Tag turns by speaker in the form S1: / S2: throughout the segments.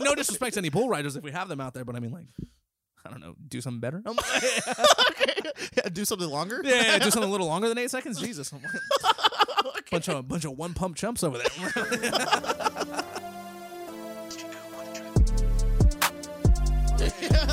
S1: no disrespect to any bull riders if we have them out there, but I mean, like, I don't know, do something better.
S2: Oh
S1: Um,
S2: Yeah, do something longer.
S1: yeah, yeah, do something a little longer than eight seconds. Jesus, I'm like, bunch of bunch of one pump chumps over there.
S2: yeah,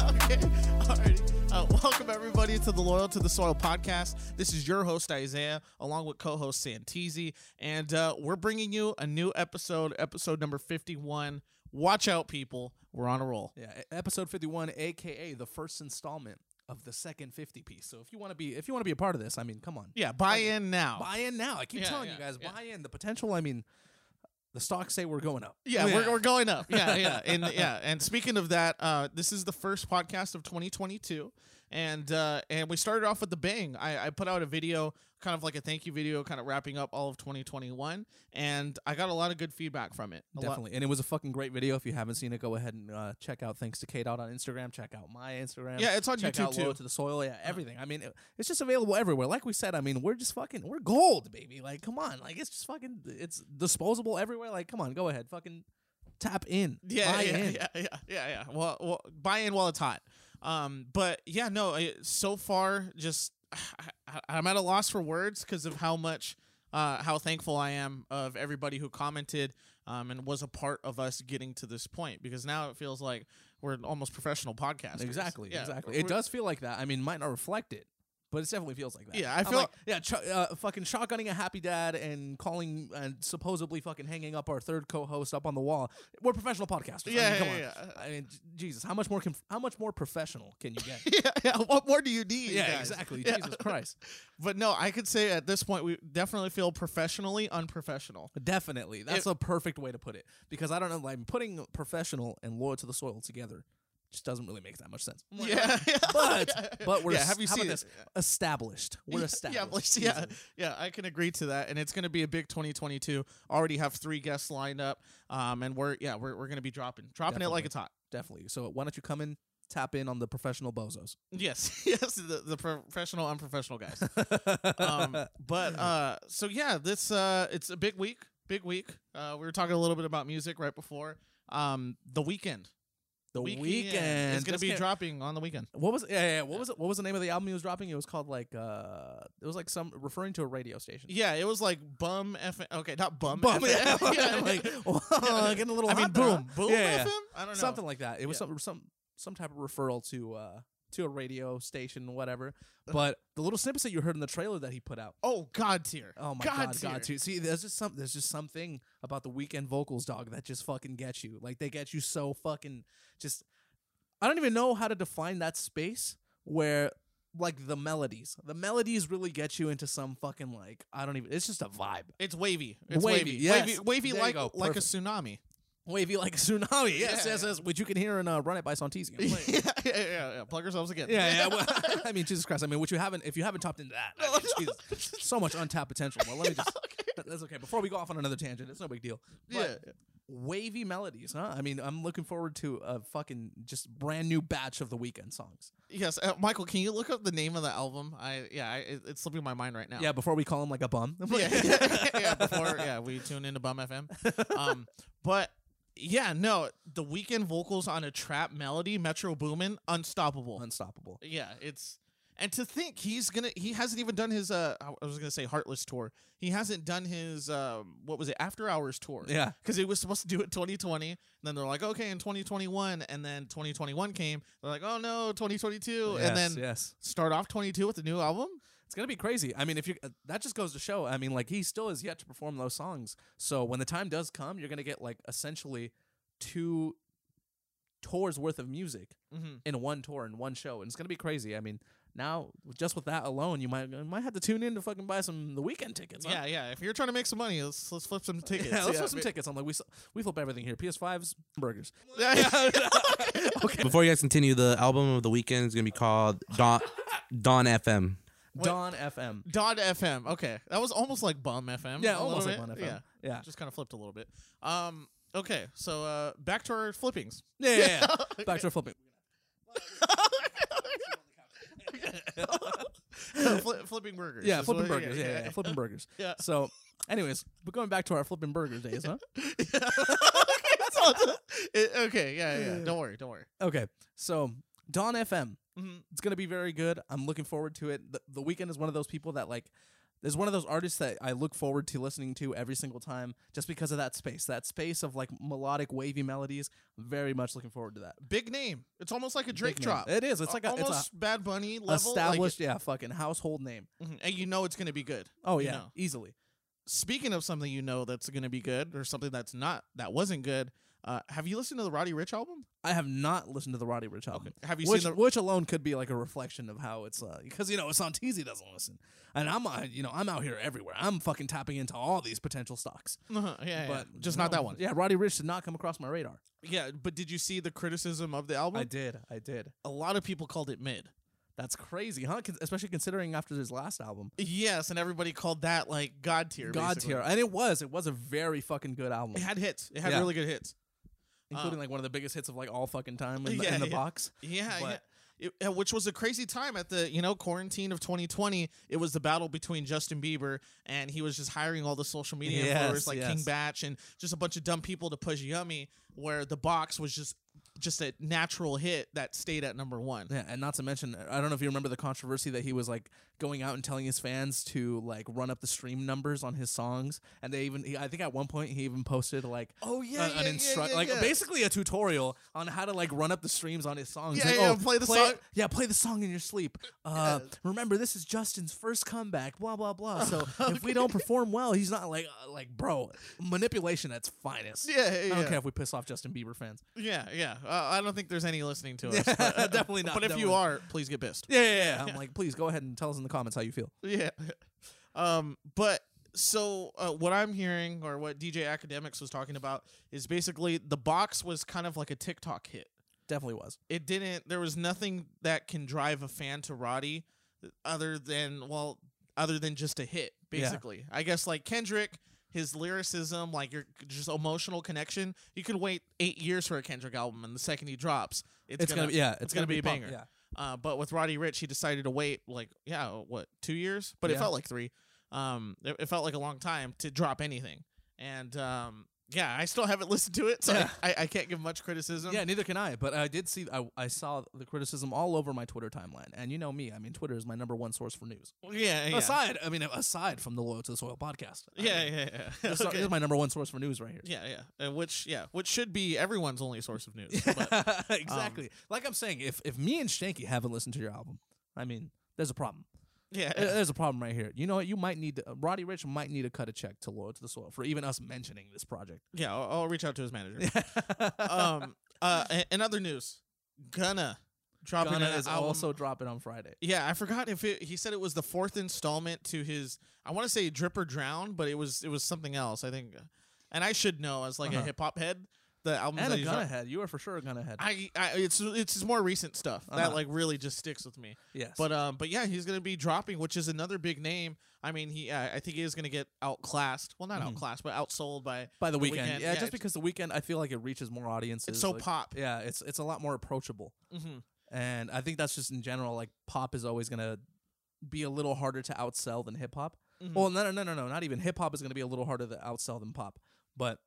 S2: okay. All right. Uh, welcome, everybody, to the Loyal to the Soil podcast. This is your host, Isaiah, along with co host Santisi. And uh, we're bringing you a new episode, episode number 51. Watch out, people. We're on a roll.
S1: yeah, e- episode fifty-one, aka the first installment of the second fifty piece. So if you want to be if you want to be a part of this, I mean, come on,
S2: Yeah, buy in now.
S1: buy in now. I keep
S2: Yeah,
S1: telling you
S2: yeah,
S1: guys,
S2: yeah.
S1: buy in. The potential. I mean, the stocks say we're going up.
S2: Yeah, We're, we're going up. Yeah, yeah, and yeah. And speaking of that, uh, this is the first podcast of 2022, and uh, and we started off with the bang. I, I put out a video, kind of like a thank you video, kind of wrapping up all of 2021, and I got a lot of good feedback from it. A lot-
S1: Definitely. And it was a fucking great video. If you haven't seen it, go ahead and uh, check out Thanks to K Dot on Instagram. Check out my Instagram.
S2: Yeah, it's on
S1: check
S2: YouTube
S1: out Loyal
S2: too.
S1: to the Soil. Yeah, everything. I mean, it- it's just available everywhere. Like we said, I mean, we're just fucking, we're gold, baby. Like, come on. Like, it's just fucking, it's disposable everywhere. Like, come on, go ahead. Fucking tap in.
S2: Yeah,
S1: Buy
S2: yeah,
S1: in.
S2: yeah, yeah, yeah, yeah. Well, well, buy in while it's hot. Um, but yeah, no. I, so far, just I, I- I'm at a loss for words because of how much, uh, how thankful I am of everybody who commented, um, and was a part of us getting to this point. Because now it feels like we're almost professional podcasters.
S1: Exactly.
S2: Yeah,
S1: Exactly. It
S2: we're-
S1: does feel like that. I mean, might not reflect it. But it definitely feels like that.
S2: Yeah, I
S1: I'm
S2: feel-
S1: like, yeah, ch- uh, fucking shotgunning a happy dad and calling and supposedly fucking hanging up our third co-host up on the wall. We're professional podcasters. I
S2: Yeah,
S1: mean, come
S2: yeah,
S1: on.
S2: yeah.
S1: I mean, j- Jesus, how much more conf- how much more professional can you get?
S2: Yeah, yeah. What more do you need?
S1: yeah,
S2: guys?
S1: exactly.
S2: Yeah.
S1: Jesus Christ.
S2: But no, I could say at this point we definitely feel professionally unprofessional.
S1: Definitely. That's a perfect way to put it because I don't know like putting professional and loyal to the soil together just doesn't really make that much sense. I'm like,
S2: yeah,
S1: But but we're
S2: Yeah,
S1: s-
S2: have you
S1: how
S2: seen
S1: about this? Established. We're established.
S2: Yeah, please,
S1: Jesus.
S2: yeah, yeah, I can agree to that, and it's going to be a big 2022. Already have three guests lined up, um, and we're yeah, we're, we're going to be dropping, dropping it like
S1: Definitely.
S2: it's hot.
S1: Definitely. So why don't you come in, tap in on the professional bozos?
S2: Yes, yes, the, the professional, unprofessional guys. um, but uh, so yeah, this uh, it's a big week, big week. Uh, we were talking a little bit about music right before. Um, the weekend,
S1: the
S2: Weeknd
S1: weekend.
S2: is going to
S1: Just
S2: be
S1: can't-
S2: dropping on the weekend.
S1: What was yeah, yeah, yeah, what was it, what was the name of the album he was dropping? It was called like uh it was like some referring to a radio station.
S2: Yeah, it was like bum F. Okay, not bum.
S1: Bum, yeah.
S2: FM. yeah,
S1: like whoa, getting a little
S2: I mean,
S1: hot there, huh?
S2: boom, boom
S1: Yeah, yeah, yeah.
S2: FM. I don't know
S1: something like that. It was
S2: Yeah.
S1: some some some type of referral to uh to a radio station whatever. But the little snippets that you heard in the trailer that he put out.
S2: Oh, God tier.
S1: Oh my god, god, too. See, there's just some there's just something about the weekend vocals, dog, that just fucking gets you. Like they get you so fucking just I don't even know how to define that space where like the melodies. The melodies really get you into some fucking like I don't even it's just a vibe.
S2: It's wavy. It's
S1: Wavy,
S2: wavy.
S1: yes.
S2: Wavy, wavy
S1: There you
S2: like
S1: go.
S2: like a
S1: Perfect.
S2: tsunami.
S1: Wavy like a tsunami. Yes,
S2: Yeah.
S1: yes, yes, which you can hear in uh, Run It by Santisi.
S2: yeah, yeah, yeah, yeah. Plug yourselves again.
S1: Yeah, yeah. Well, I mean, Jesus Christ. I mean, what you haven't, if you haven't topped into that, I
S2: Oh,
S1: mean, Jesus, so much untapped potential. Well, let me just, that- that's okay. Before we go off on another tangent, it's no big deal.
S2: Yeah.
S1: But wavy melodies, huh? I mean, I'm looking forward to a fucking just brand new batch of the weekend songs.
S2: Yes, uh, Michael, can you look up the name of the album? I yeah, I, it, it's slipping my mind right now.
S1: Yeah, before we call him like a bum.
S2: yeah, yeah. Before yeah, we tune into Bum FM. Um, but yeah, no, the weekend vocals on a trap melody, Metro Boomin, unstoppable.
S1: Unstoppable.
S2: Yeah, it's and to think he's gonna he hasn't even done his uh I was gonna say heartless tour. He hasn't done his um what was it after hours tour.
S1: Yeah.
S2: Because he was supposed to do it 2020, and then they're like, okay, in 2021, and then 2021 came. They're like, oh no, 2022, and
S1: Yes,
S2: then
S1: yes.
S2: start off 22 with a new album.
S1: It's gonna be crazy. I mean, if you uh, that just goes to show. I mean, like he still is yet to perform those songs. So when the time does come, you're gonna get like essentially two tours worth of music
S2: Mm-hmm.
S1: in one tour in one show, and it's gonna be crazy. I mean, now just with that alone, you might you might have to tune in to fucking buy some the weekend tickets. huh?
S2: Yeah, yeah. If you're trying to make some money, let's let's flip some tickets.
S1: Yeah, let's flip some
S2: but-
S1: tickets. I'm like, we s- we flip everything here. PS5s, burgers.
S2: Yeah, yeah.
S3: Before you guys continue, the album of the weekend is gonna be called Dawn Dawn FM.
S1: Dawn FM.
S2: Dodd FM. Okay, that was almost like Bum FM.
S1: Yeah,
S2: Mm, a little
S1: almost like
S2: bit.
S1: Bum FM.
S2: Yeah,
S1: Yeah.
S2: just kind of flipped a little bit. Um. Okay, so uh, back to our flippings.
S1: Yeah, yeah, yeah. Back to flipping.
S2: Fli flipping burgers.
S1: Yeah,
S2: is
S1: flipping
S2: what-
S1: burgers. Yeah, yeah, yeah. flipping burgers.
S2: Yeah.
S1: So, anyways, but going back to our flipping burgers days, huh?
S2: yeah. It- okay, yeah, yeah, yeah. Don't worry, don't worry.
S1: Okay, so Dawn FM.
S2: Mhm.
S1: It's gonna be very good. I'm looking forward to it. The, the weekend is one of those people that like. There's one of those artists that I look forward to listening to every single time, just because of that space. That space of like melodic, wavy melodies. Very much looking forward to that.
S2: Big name. It's almost like a Drake
S1: Big name.
S2: drop.
S1: It is. It's like a,
S2: almost
S1: it's
S2: Bad Bunny level.
S1: a
S2: like,
S1: established, yeah, fucking household name.
S2: mhm, and you know it's gonna be good.
S1: Oh
S2: you
S1: yeah,
S2: know.
S1: easily.
S2: Speaking of something you know that's gonna be good, or something that's not that wasn't good. Uh, have you listened to the Roddy Rich album?
S1: I have not listened to the Roddy Rich album.
S2: Have you
S1: Um, which,
S2: seen the?
S1: which alone could be like a reflection of how it's uh because you know Santeezy doesn't listen, and I'm uh, you know I'm out here everywhere. I'm fucking tapping into all these potential stocks,
S2: Uh-huh, yeah, yeah,
S1: but
S2: just
S1: no.
S2: not that one.
S1: Yeah, Roddy Rich did not come across my radar.
S2: Yeah, but did you see the criticism of the album?
S1: I did, I did.
S2: A lot of people called it mid.
S1: That's crazy, huh? Con- especially considering after his last album,
S2: Yes, and everybody called that like god tier.
S1: God
S2: basically.
S1: tier, and it was it was a very fucking good album,
S2: It had hits. It had
S1: Yeah.
S2: really good hits.
S1: including like one of the biggest hits of like all fucking time in the,
S2: Yeah,
S1: in the
S2: yeah.
S1: box.
S2: Yeah,
S1: But-
S2: yeah. It- uh, which was a crazy time at the you know quarantine of 2020. It was the battle between Justin Bieber and he was just hiring all the social media
S1: Yes,
S2: influencers like
S1: yes.
S2: King Batch and just a bunch of dumb people to push Yummy, where the box was just just a natural hit that stayed at number one.
S1: Yeah, and not to mention, I don't know if you remember the controversy that he was like going out and telling his fans to like run up the stream numbers on his songs, and they even he, I think at one point he even posted like
S2: Oh
S1: an, an instruct like basically a tutorial on how to like run up the streams on his songs.
S2: Yeah,
S1: Like,
S2: yeah,
S1: oh,
S2: play the song-
S1: Yeah, play the song in your sleep. Uh, Remember, this is Justin's first comeback. Blah blah blah. So if we don't perform well, he's not like uh, like bro manipulation at its finest.
S2: Yeah, yeah,
S1: I don't
S2: yeah.
S1: care if we piss off Justin Bieber fans.
S2: yeah, yeah. Uh, I don't think there's any listening to us.
S1: Yeah,
S2: but, uh,
S1: definitely not,
S2: But if
S1: definitely.
S2: you are, please get pissed.
S1: Yeah, yeah, yeah. I'm like, please go ahead and tell us in the comments how you feel.
S2: Yeah. Um, but so uh, what I'm hearing or what DJ Academics was talking about is basically the box was kind of like a TikTok hit.
S1: Definitely was.
S2: It didn't there was nothing that can drive a fan to Roddy other than well other than just a hit
S1: Yeah.
S2: basically. I guess like Kendrick his lyricism, like your just emotional connection, you could wait eight years for a Kendrick album, and the second he drops, it's,
S1: It's, gonna, be yeah, it's,
S2: gonna be a
S1: pump,
S2: banger.
S1: Yeah.
S2: Uh, but with Roddy Rich, he decided to wait like yeah, what two years? But it
S1: Yeah.
S2: felt like three. Um, it, it felt like a long time to drop anything. And um, yeah, I still haven't listened to it, so
S1: Yeah.
S2: I, I, I can't give much criticism.
S1: Yeah, neither can I. But I did see, I, I saw the criticism all over my Twitter timeline. And you know me, I mean, Twitter is my number one source for news.
S2: yeah, yeah,
S1: Aside, I mean, aside from the Loyal to the Soil podcast. I
S2: yeah,
S1: mean,
S2: yeah, yeah.
S1: This, is-
S2: Okay.
S1: this is my number one source for news right here.
S2: yeah, yeah. Uh, which yeah, which should be everyone's only source of news. but
S1: exactly. Um, like I'm saying, if if me and Shanky haven't listened to your album, I mean, there's a problem.
S2: yeah,
S1: There- There's a problem right here. You know what? You might need to, uh, Roddy Rich might need to cut a check to Loyal to the Soil for even us mentioning this project.
S2: yeah. I'll, I'll reach out to his manager. um, uh, a- and other news, Gunna dropping
S1: Gunna
S2: an
S1: is
S2: album
S1: also dropping on Friday.
S2: Yeah, I forgot if it, he said it was the fourth installment to his. I want to say Drip or Drown, but it was it was something else. I think, and I should know as like a
S1: Uh-huh.
S2: hip hop head. The album
S1: And
S2: that
S1: a
S2: he's
S1: gunna
S2: dro-
S1: head. You are for sure a gunna head.
S2: I, I it's it's his more recent stuff that
S1: Uh-huh.
S2: like really just sticks with me.
S1: yes.
S2: But um, but yeah, he's gonna be dropping, which is another big name. I mean, he uh, I think he is gonna get outclassed. Well, not
S1: Mhm.
S2: outclassed, but outsold by.
S1: by the
S2: The
S1: weekend.
S2: Weeknd,
S1: Yeah,
S2: yeah,
S1: just
S2: it's-
S1: because the weekend I feel like it reaches more audiences.
S2: It's so
S1: like- Mm-hmm.
S2: pop.
S1: Yeah, it's it's a lot more approachable.
S2: hmm
S1: And I think that's just in general like pop is always going to be a little harder to outsell than hip hop.
S2: Mhm.
S1: Well, no no no no no, not even hip hop is going to be a little harder to outsell than pop. But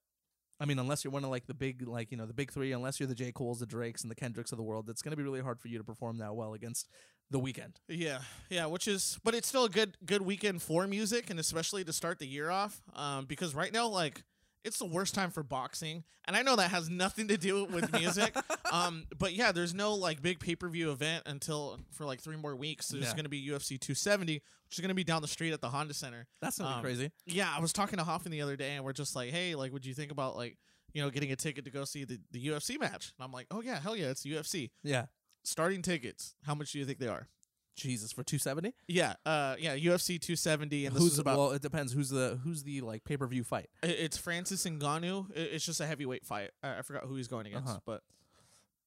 S1: I mean, unless you're one of like the big like, you know, the big 3, unless you're the J. Cole's, the Drakes and the Kendricks of the world, it's going to be really hard for you to perform that well against the weekend.
S2: Yeah, yeah, which is, but it's still a good good weekend for music, and especially to start the year off, um, because right now, like, it's the worst time for boxing, and I know that has nothing to do with music, um, but yeah, there's no like big pay per view event until for like three more weeks. There's
S1: Yeah.
S2: going to be UFC 270, which is going to be down the street at the Honda Center.
S1: That's not
S2: Um,
S1: crazy.
S2: Yeah, I was talking to Hoffman the other day, and we're just like, hey, like, would you think about like, you know, getting a ticket to go see the, the UFC match? And I'm like, oh yeah, hell yeah, it's the UFC.
S1: Yeah.
S2: Starting tickets, how much do you think they are?
S1: Jesus, for 270?
S2: Yeah, uh, yeah, UFC 270, and this
S1: Who's
S2: is about
S1: well, it depends who's the who's the like pay-per-view fight.
S2: i- it's Francis Ngannou. I- It's just a heavyweight fight. I, I forgot who he's going against,
S1: Uh-huh.
S2: but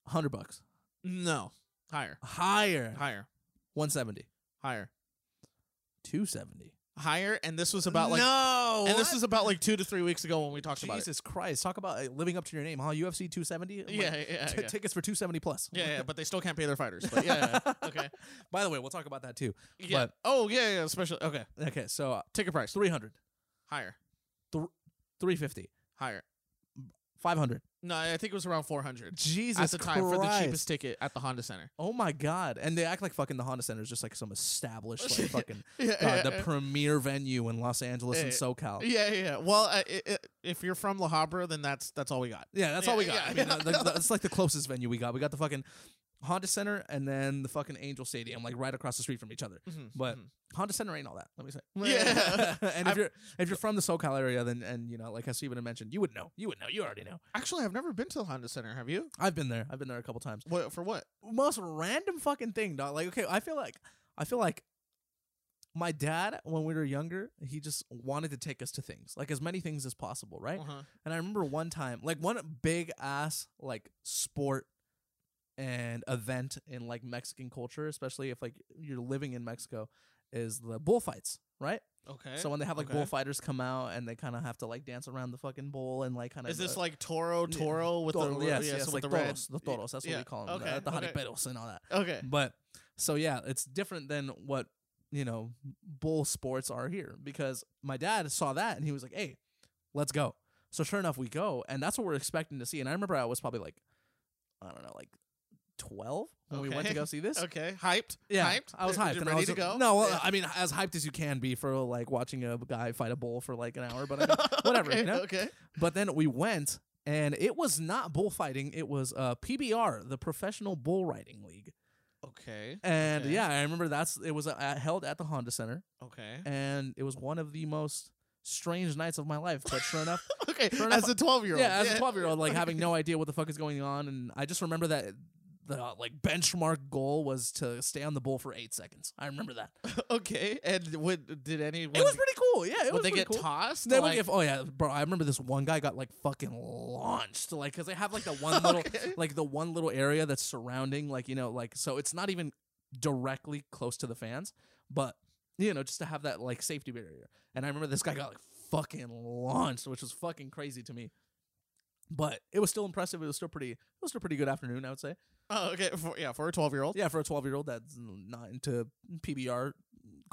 S1: 100 bucks.
S2: no, higher,
S1: Higher.
S2: higher,
S1: 170.
S2: higher,
S1: 270.
S2: higher. And this was about like,
S1: no,
S2: and this was about like two to three weeks ago when we talked about it.
S1: Oh, Jesus Christ. Talk about uh, living up to your name, huh? UFC 270. I'm like,
S2: Yeah, yeah, yeah,
S1: t-
S2: yeah.
S1: tickets for 270 plus.
S2: yeah, yeah, but they still can't pay their fighters. But yeah, yeah, okay,
S1: By the way, we'll talk about that too.
S2: yeah.
S1: But-
S2: oh yeah, yeah, especially okay.
S1: Okay, so uh,
S2: Ticket price
S1: 300,
S2: higher,
S1: 350,
S2: higher,
S1: Five hundred.
S2: No, I think it was around 400
S1: Jesus
S2: at the time for the
S1: Christ.
S2: cheapest ticket at the Honda Center.
S1: Oh my god! And they act like fucking the Honda Center is just like some established like fucking
S2: Yeah,
S1: uh, the premier venue in Los Angeles and
S2: Yeah.
S1: SoCal.
S2: yeah, yeah, yeah. Well, uh, i i if you're from La Habra, then that's that's all we got.
S1: Yeah, that's all we
S2: Yeah,
S1: got.
S2: yeah,
S1: I mean, the-
S2: yeah.
S1: the- that's like the closest venue we got. We got the fucking Honda Center and then the fucking Angel Stadium, like right across the street from each other.
S2: Mhm,
S1: But
S2: mhm.
S1: Honda Center ain't all that. Let me say.
S2: Yeah.
S1: and if you're if you're from the SoCal area, then and you know, like I Steven had mentioned, you would know. You would know. You already know.
S2: actually, I've never been to the Honda Center. Have you?
S1: I've been there. I've been there a couple times.
S2: What for? What?
S1: Most random fucking thing, dog. Like, okay, I feel like I feel like my dad when we were younger, he just wanted to take us to things, like as many things as possible, right?
S2: Uh-huh.
S1: And I remember one time, like one big ass like sport and event in like Mexican culture, especially if like you're living in Mexico, is the bullfights, right?
S2: Okay.
S1: So when they have like
S2: Eh? Okay.
S1: bullfighters come out and they kind of have to like dance around the fucking bull and like kind of
S2: is this like Toro
S1: Yeah.
S2: Toro with the
S1: yes,
S2: yeah,
S1: yes,
S2: so
S1: like
S2: with the red
S1: toros, the toros. That's
S2: yeah,
S1: what we call them,
S2: okay,
S1: the, the
S2: okay. Eh.
S1: jaripeos and all that.
S2: Okay.
S1: But so yeah, it's different than what you know bull sports are here because my dad saw that and he was like, "Hey, let's go." So sure enough, we go, and that's what we're expecting to see. And I remember I was probably like, I don't know, like twelve when we went to
S2: Okay.
S1: go see this.
S2: Okay. Hyped.
S1: Yeah,
S2: Hyped.
S1: I was
S2: Uh,
S1: hyped.
S2: you
S1: and I
S2: Ready
S1: was
S2: to go.
S1: No, well,
S2: Yeah.
S1: I mean, as hyped as you can be for like watching a guy fight a bull for like an hour, but I mean, whatever,
S2: okay,
S1: you know.
S2: Okay.
S1: But then we went, and it was not bullfighting. It was uh, PBR, the Professional Bull Riding League.
S2: Okay.
S1: And
S2: Okay.
S1: yeah, I remember that's it was uh, held at the Honda Center,
S2: Okay.
S1: and it was one of the most strange nights of my life. But sure enough,
S2: Okay.
S1: Fair enough.
S2: As a twelve year old.
S1: yeah, as a twelve year old, like having no idea what the fuck is going on, and I just remember that the uh, like benchmark goal was to stay on the bull for eight seconds. I remember that.
S2: Okay. And would did anyone?
S1: it was pretty cool. Yeah, it was
S2: would they
S1: pretty
S2: get
S1: cool.
S2: tossed?
S1: They would
S2: Like-
S1: give, oh yeah, bro. I remember this one guy got like fucking launched, like because they have like the one little,
S2: Okay.
S1: like the one little area that's surrounding, like you know, like so it's not even directly close to the fans, but you know, just to have that like safety barrier. And I remember this guy got like fucking launched, which was fucking crazy to me. But it was still impressive. It was still pretty. It was still a pretty good afternoon, I would say.
S2: Oh, okay. For, yeah, for a twelve year old.
S1: Yeah, for a twelve year old that's not into PBR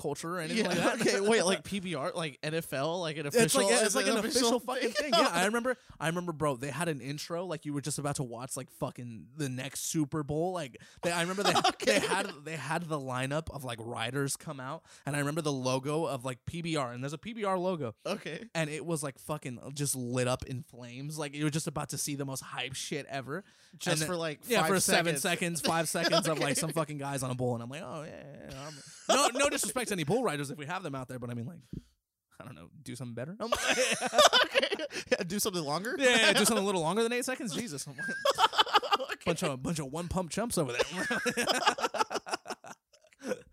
S1: culture or anything
S2: Yeah,
S1: like that.
S2: okay, wait, like PBR, like NFL, like an official,
S1: It's like, it's like an, official, fucking thing. Yeah, I
S2: I,
S1: remember. I remember, bro. They had an intro like you were just about to watch like fucking the next Super Bowl. Like they, I remember they,
S2: Okay.
S1: they had they had the lineup of like riders come out, and I remember the logo of like PBR, and there's a PBR logo,
S2: okay,
S1: and it was like fucking just lit up in flames. Like you were just about to see the most hype shit ever.
S2: just
S1: then-
S2: for like
S1: Yeah,
S2: five
S1: for seven
S2: seconds.
S1: seconds, five seconds of like some fucking guys on a bull, and I'm like, oh yeah, yeah, yeah, I'm- no, no disrespect to any bull riders if we have them out there, but I mean like, I don't know, do something better.
S2: okay, yeah, do something longer.
S1: Yeah, yeah, do something a little longer than eight seconds. Jesus, I'm like,
S2: okay.
S1: bunch of bunch of one pump chumps over there.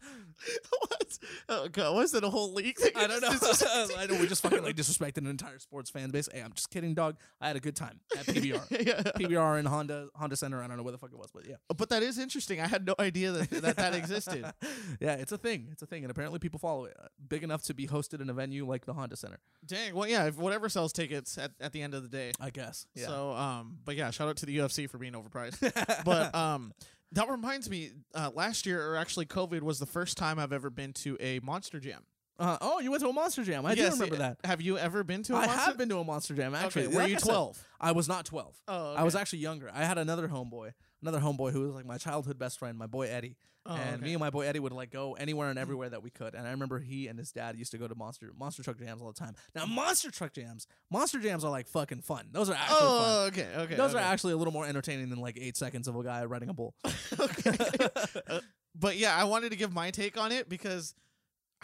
S2: what? Oh god, was it a whole league? Thing?
S1: I don't know.
S2: This is-
S1: I know we just fucking like disrespected an entire sports fan base. Hey, I'm just kidding, dog. I had a good time at PBR,
S2: yeah,
S1: PBR and Honda Honda Center. I don't know where the fuck it was, but yeah,
S2: but that is interesting. I had no idea that that, that existed.
S1: yeah, it's a thing. It's a thing, and apparently people follow it. Uh, Big enough to be hosted in a venue like the Honda Center,
S2: Dang. Well, yeah, if whatever sells tickets at, at the end of the day.
S1: I guess. Yeah.
S2: So, um, but yeah, shout out to the UFC for being overpriced. but um that reminds me uh, last year or actually covid was the first time i've ever been to a monster jam
S1: uh, oh, you went to a Monster Jam. I
S2: Yes,
S1: do remember
S2: uh,
S1: that.
S2: have you ever been to a
S1: I
S2: monster
S1: have been to a Monster Jam actually.
S2: okay, were
S1: Like
S2: you
S1: I said,
S2: 12
S1: I was not 12.
S2: oh
S1: I was actually younger. I had another homeboy, another homeboy who was like my childhood best friend, my boy Eddie.
S2: Oh,
S1: and me and my boy Eddie would like go anywhere
S2: Mm-hmm.
S1: and everywhere that we could. And I remember he and his dad used to go to monster monster truck jams all the time. Now monster truck jams, monster jams are like fucking fun. Those are actually fun.
S2: oh okay okay
S1: Those
S2: okay.
S1: are actually a little more entertaining than like eight seconds of a guy riding a bull.
S2: okay Uh, but yeah i wanted to give my take on it because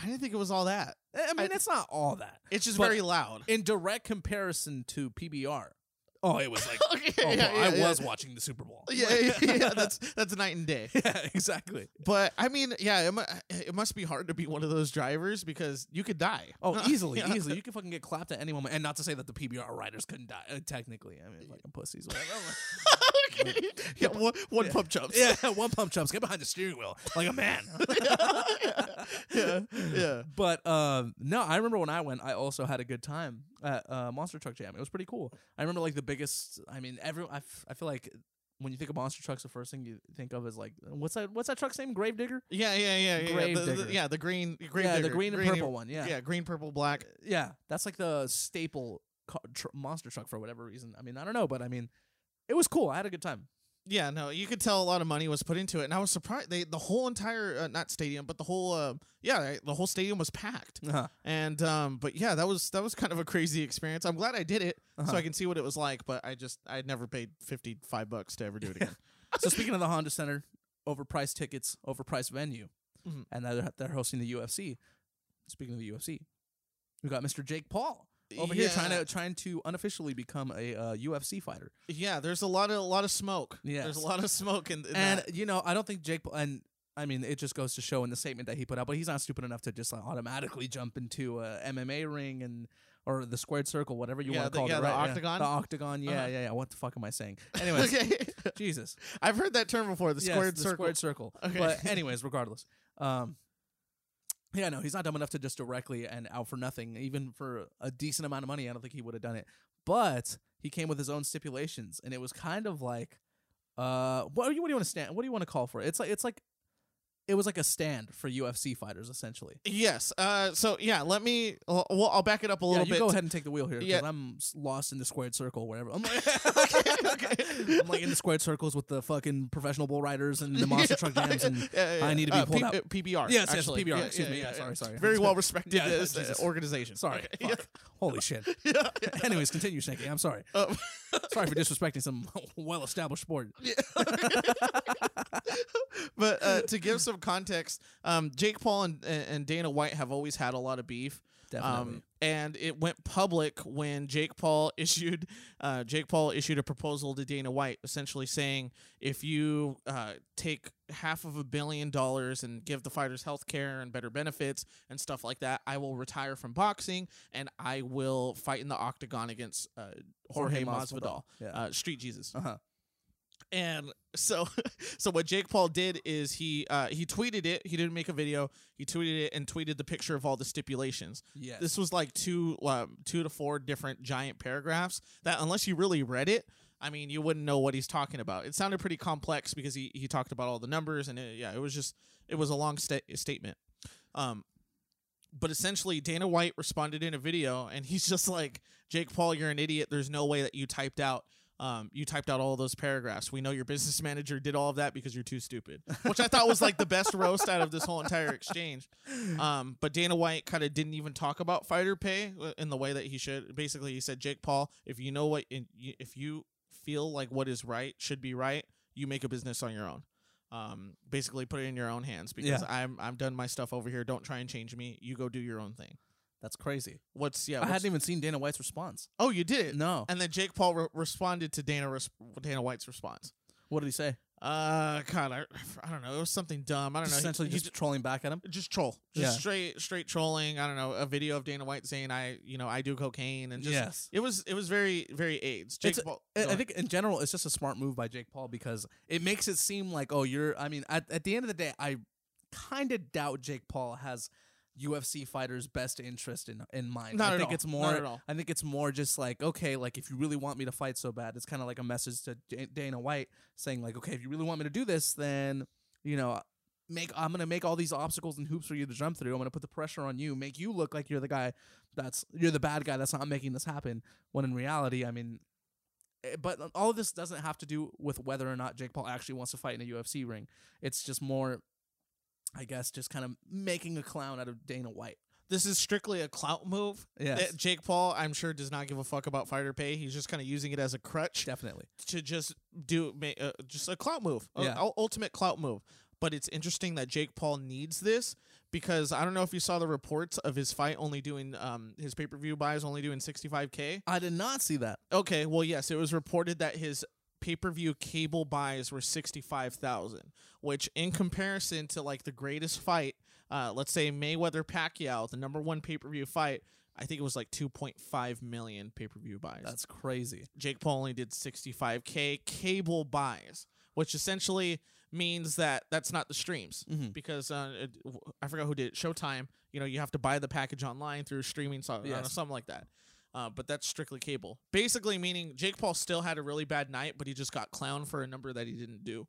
S2: i didn't think it was all that
S1: I mean, it's not all that.
S2: it's just
S1: But-
S2: very loud
S1: In direct comparison to PBR, oh, it was like,
S2: okay
S1: oh,
S2: yeah,
S1: bro,
S2: yeah,
S1: I
S2: yeah.
S1: was watching the Super Bowl.
S2: yeah, yeah, yeah, that's that's night and day.
S1: yeah, exactly.
S2: But I mean, yeah, it, mu- it must be hard to be one of those drivers because you could die.
S1: Oh, easily,
S2: Yeah.
S1: easily. You can fucking get clapped at any moment. And not to say that the PBR riders couldn't die. Uh, technically, I mean, fucking pussies. Whatever.
S2: okay. Yeah, one, one
S1: Yeah.
S2: pump jumps.
S1: yeah, one pump chumps. Get behind the steering wheel like a man.
S2: yeah, yeah.
S1: But um, no, I remember when I went, I also had a good time at uh, Monster Truck Jam. It was pretty cool. I remember like the biggest. I mean, every I, f- I feel like when you think of monster trucks, the first thing you think of is like what's that? What's that truck's name? Gravedigger.
S2: Yeah, yeah, yeah, yeah. yeah. The, the,
S1: Gravedigger.
S2: yeah, the green, green
S1: Yeah, the
S2: digger.
S1: green and purple one.
S2: Yeah.
S1: Yeah. yeah,
S2: green, purple, black.
S1: that's like the staple ca- tr- monster truck for whatever reason. I mean, I don't know, but I mean, it was cool. I had a good time.
S2: Yeah, no, you could tell a lot of money was put into it, and I was surprised. They the whole entire uh, not stadium, but the whole uh, yeah, the whole stadium was packed.
S1: Uh-huh.
S2: And um, but yeah, that was that was kind of a crazy experience. I'm glad I did it so
S1: Uh-huh.
S2: I can see what it was like. But I just I never paid fifty five bucks to ever do it again.
S1: so speaking of the Honda Center, overpriced tickets, overpriced venue,
S2: Mhm.
S1: and now they're, they're hosting the UFC. Speaking of the UFC, we got Mr. Jake Paul over here trying to trying to unofficially become a uh, UFC fighter.
S2: yeah. There's a lot of a lot of smoke. Yeah,
S1: Yes.
S2: there's a lot of smoke in, in
S1: and
S2: that.
S1: you know, I don't think Jake Paul and. I mean, it just goes to show in the statement that he put out, but he's not stupid enough to just like automatically jump into a MMA ring and or the squared circle, whatever you
S2: Yeah,
S1: want
S2: the-
S1: to call
S2: yeah,
S1: it,
S2: the
S1: right?
S2: octagon?
S1: the octagon, yeah,
S2: Uh-huh.
S1: yeah, yeah. What the fuck am I saying? Anyways,
S2: okay,
S1: Jesus,
S2: I've heard that term before. The
S1: Yes,
S2: squared
S1: the
S2: circle.
S1: squared circle.
S2: Okay.
S1: But anyways, regardless. Um yeah, no, he's not dumb enough to just directly and out for nothing, even for a decent amount of money. I don't think he would have done it. But he came with his own stipulations, and it was kind of like, uh, what do you, what do you want to stand? What do you want to call for? It's like it's like, it was like a stand for UFC fighters essentially.
S2: yes. Uh. So yeah. Let me. Well, I'll back it up a
S1: yeah,
S2: little
S1: you
S2: bit.
S1: go ahead and take the wheel here
S2: Yeah.
S1: because I'm s- lost in the squared circle wherever. I'm like,
S2: okay.
S1: I'm like in the squared circles with the fucking professional bull riders and the monster truck jams and
S2: Yeah, yeah,
S1: I
S2: yeah.
S1: need to be
S2: Uh,
S1: pulled
S2: P-
S1: out.
S2: uh,
S1: Yes,
S2: PBR.
S1: yes,
S2: actually.
S1: PBR, excuse me, yeah, sorry, sorry.
S2: Very well respected
S1: Yeah,
S2: uh,
S1: Jesus.
S2: organization.
S1: Sorry.
S2: Okay.
S1: Fuck. Holy shit.
S2: Yeah, yeah.
S1: Anyways, continue, Shanky. I'm sorry.
S2: Um,
S1: Sorry for disrespecting some well established sport.
S2: but uh, to give some context, um, Jake Paul and, and Dana White have always had a lot of beef. Um, and it went public when Jake Paul issued uh, Jake Paul issued a proposal to Dana White, essentially saying if you uh, take half of a billion dollars and give the fighters health care and better benefits and stuff like that, I will retire from boxing and I will fight in the octagon against uh, Jorge, Masvidal,
S1: Yeah.
S2: uh, Street Jesus.
S1: Uh-huh.
S2: And so, so what Jake Paul did is he uh, he tweeted it. He didn't make a video. He tweeted it and tweeted the picture of all the stipulations
S1: yes.
S2: this was like two um, two to four different giant paragraphs that unless you really read it i mean you wouldn't know what he's talking about it sounded pretty complex because he, he talked about all the numbers and it, yeah it was just it was a long sta- statement um but essentially dana white responded in a video and he's just like jake paul you're an idiot there's no way that you typed out um, you typed out all those paragraphs. We know your business manager did all of that because you're too stupid, which I thought was like the best roast out of this whole entire exchange. Um, but Dana White kind of didn't even talk about fighter pay uh, in the way that he should. Basically, he said, Jake Paul, if you know what, and you- if you feel like what is right should be right, you make a business on your own. Um, basically, put it in your own hands because
S1: Yeah.
S2: I'm I'm done my stuff over here. Don't try and change me. You go do your own thing.
S1: That's crazy.
S2: What's yeah?
S1: I
S2: what's-
S1: hadn't even seen Dana White's response.
S2: oh, you did it.
S1: No.
S2: And then Jake Paul re- responded to Dana res- Dana White's response.
S1: What did he say?
S2: Uh, God, I, I don't know. It was something dumb. I don't know. He-
S1: Essentially
S2: he
S1: just trolling back at him.
S2: just troll, just
S1: Yeah.
S2: straight straight trolling. I don't know a video of Dana White saying I you know I do cocaine and just
S1: Yes.
S2: it was it was very very AIDS. Jake
S1: It's-
S2: Paul,
S1: I-
S2: go
S1: I
S2: ahead.
S1: think in general it's just a smart move by Jake Paul because it makes it seem like oh you're I mean at, at the end of the day I kind of doubt Jake Paul has UFC fighters best interest in in mind.
S2: Not
S1: I
S2: at
S1: think
S2: all.
S1: it's
S2: Not
S1: more
S2: at all.
S1: I think it's more just like okay like if you really want me to fight so bad it's kind of like a message to Da- Dana White saying like okay if you really want me to do this then you know make I'm gonna make all these obstacles and hoops for you to jump through. I'm gonna put the pressure on you, make you look like you're the guy that's you're the bad guy that's not making this happen. When in reality, I mean, eh, but all of this doesn't have to do with whether or not Jake Paul actually wants to fight in a UFC ring. It's just more, I guess, just kind of making a clown out of Dana White.
S2: this is strictly a clout move.
S1: Yes,
S2: That Jake Paul, I'm sure, does not give a fuck about fighter pay. He's just kind of using it as a crutch
S1: definitely.
S2: to just do ma- uh, just a clout move, a-
S1: Yeah.
S2: ul- ultimate clout move. But it's interesting that Jake Paul needs this because I don't know if you saw the reports of his fight only doing um, his pay per view buys only doing 65k.
S1: I did not see that.
S2: Okay, well, yes, it was reported that his pay-per-view cable buys were 65,000, which in comparison to like the greatest fight, uh let's say Mayweather Pacquiao, the number 1 pay-per-view fight, I think it was like 2.5 million pay-per-view buys.
S1: That's crazy.
S2: Jake Paul only did 65k cable buys, which essentially means that that's not the streams
S1: Mhm.
S2: because uh, it, w- I forgot who did it, Showtime. You know, you have to buy the package online through streaming, so I don't know,
S1: Yes.
S2: something like that. Uh, but that's strictly cable. Basically, meaning Jake Paul still had a really bad night, but he just got clowned for a number that he didn't do.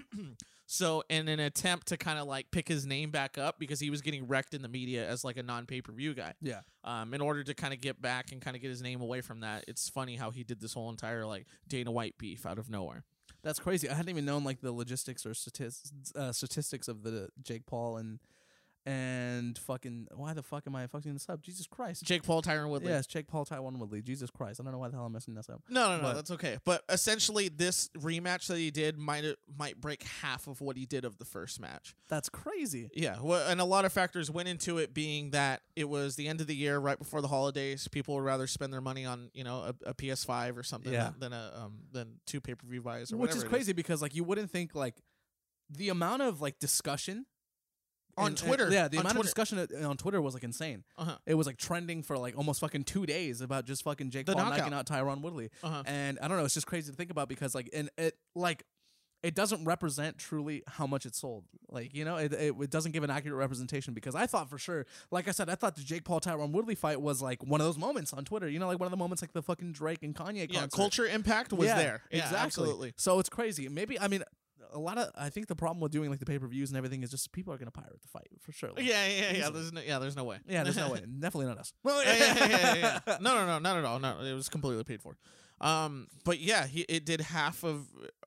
S2: so in an attempt to kind of like pick his name back up because he was getting wrecked in the media as like a non-pay-per-view guy
S1: Yeah.
S2: um, in order to kind of get back and kind of get his name away from that it's funny how he did this whole entire like dana white beef out of nowhere
S1: That's crazy. I hadn't even known like the logistics or statistics, uh, statistics of the Jake Paul and and fucking why the fuck am I fucking this up? Jesus Christ.
S2: jake paul tyron woodley
S1: Yes, Jake Paul, Taiwan Woodley. Jesus Christ. I don't know why the hell I'm messing this up.
S2: No, no, no,
S1: But-
S2: that's okay. But essentially, this rematch that he did might might break half of what he did of the first match.
S1: That's crazy.
S2: Yeah, well, and a lot of factors went into it, being that it was the end of the year, right before the holidays. People would rather spend their money on you know a, a PS5 or something
S1: Yeah.
S2: than, than a um than two pay per view buys or
S1: Which
S2: whatever
S1: is
S2: it
S1: crazy because like you wouldn't think like the amount of like discussion
S2: on
S1: and- and-
S2: Twitter.
S1: yeah, the
S2: on
S1: amount of discussion
S2: Twitter.
S1: uh, on Twitter was like insane.
S2: Uh-huh.
S1: It was like trending for like almost fucking two days about just fucking Jake
S2: The
S1: Paul
S2: knockout.
S1: knocking out Tyron Woodley,
S2: Uh-huh.
S1: and I don't know. It's just crazy to think about because like and it like it doesn't represent truly how much it sold. Like you know, it, it it doesn't give an accurate representation because I thought for sure, like I said, I thought the Jake Paul Tyron Woodley fight was like one of those moments on Twitter. You know, like one of the moments like the fucking Drake and Kanye
S2: Yeah,
S1: concert.
S2: culture impact was
S1: Yeah,
S2: there. Yeah,
S1: exactly.
S2: absolutely.
S1: So it's crazy. Maybe I mean a lot of I think the problem with doing like the pay per views and everything is just people are gonna pirate the fight for sure. Like,
S2: Yeah, yeah, yeah.
S1: Easily.
S2: There's no, yeah, there's no way.
S1: yeah, there's no way. Definitely not us. Well,
S2: yeah, yeah, yeah, yeah, yeah. No, no, no, not at all. No, it was completely paid for. Um, but yeah, he, it did half of.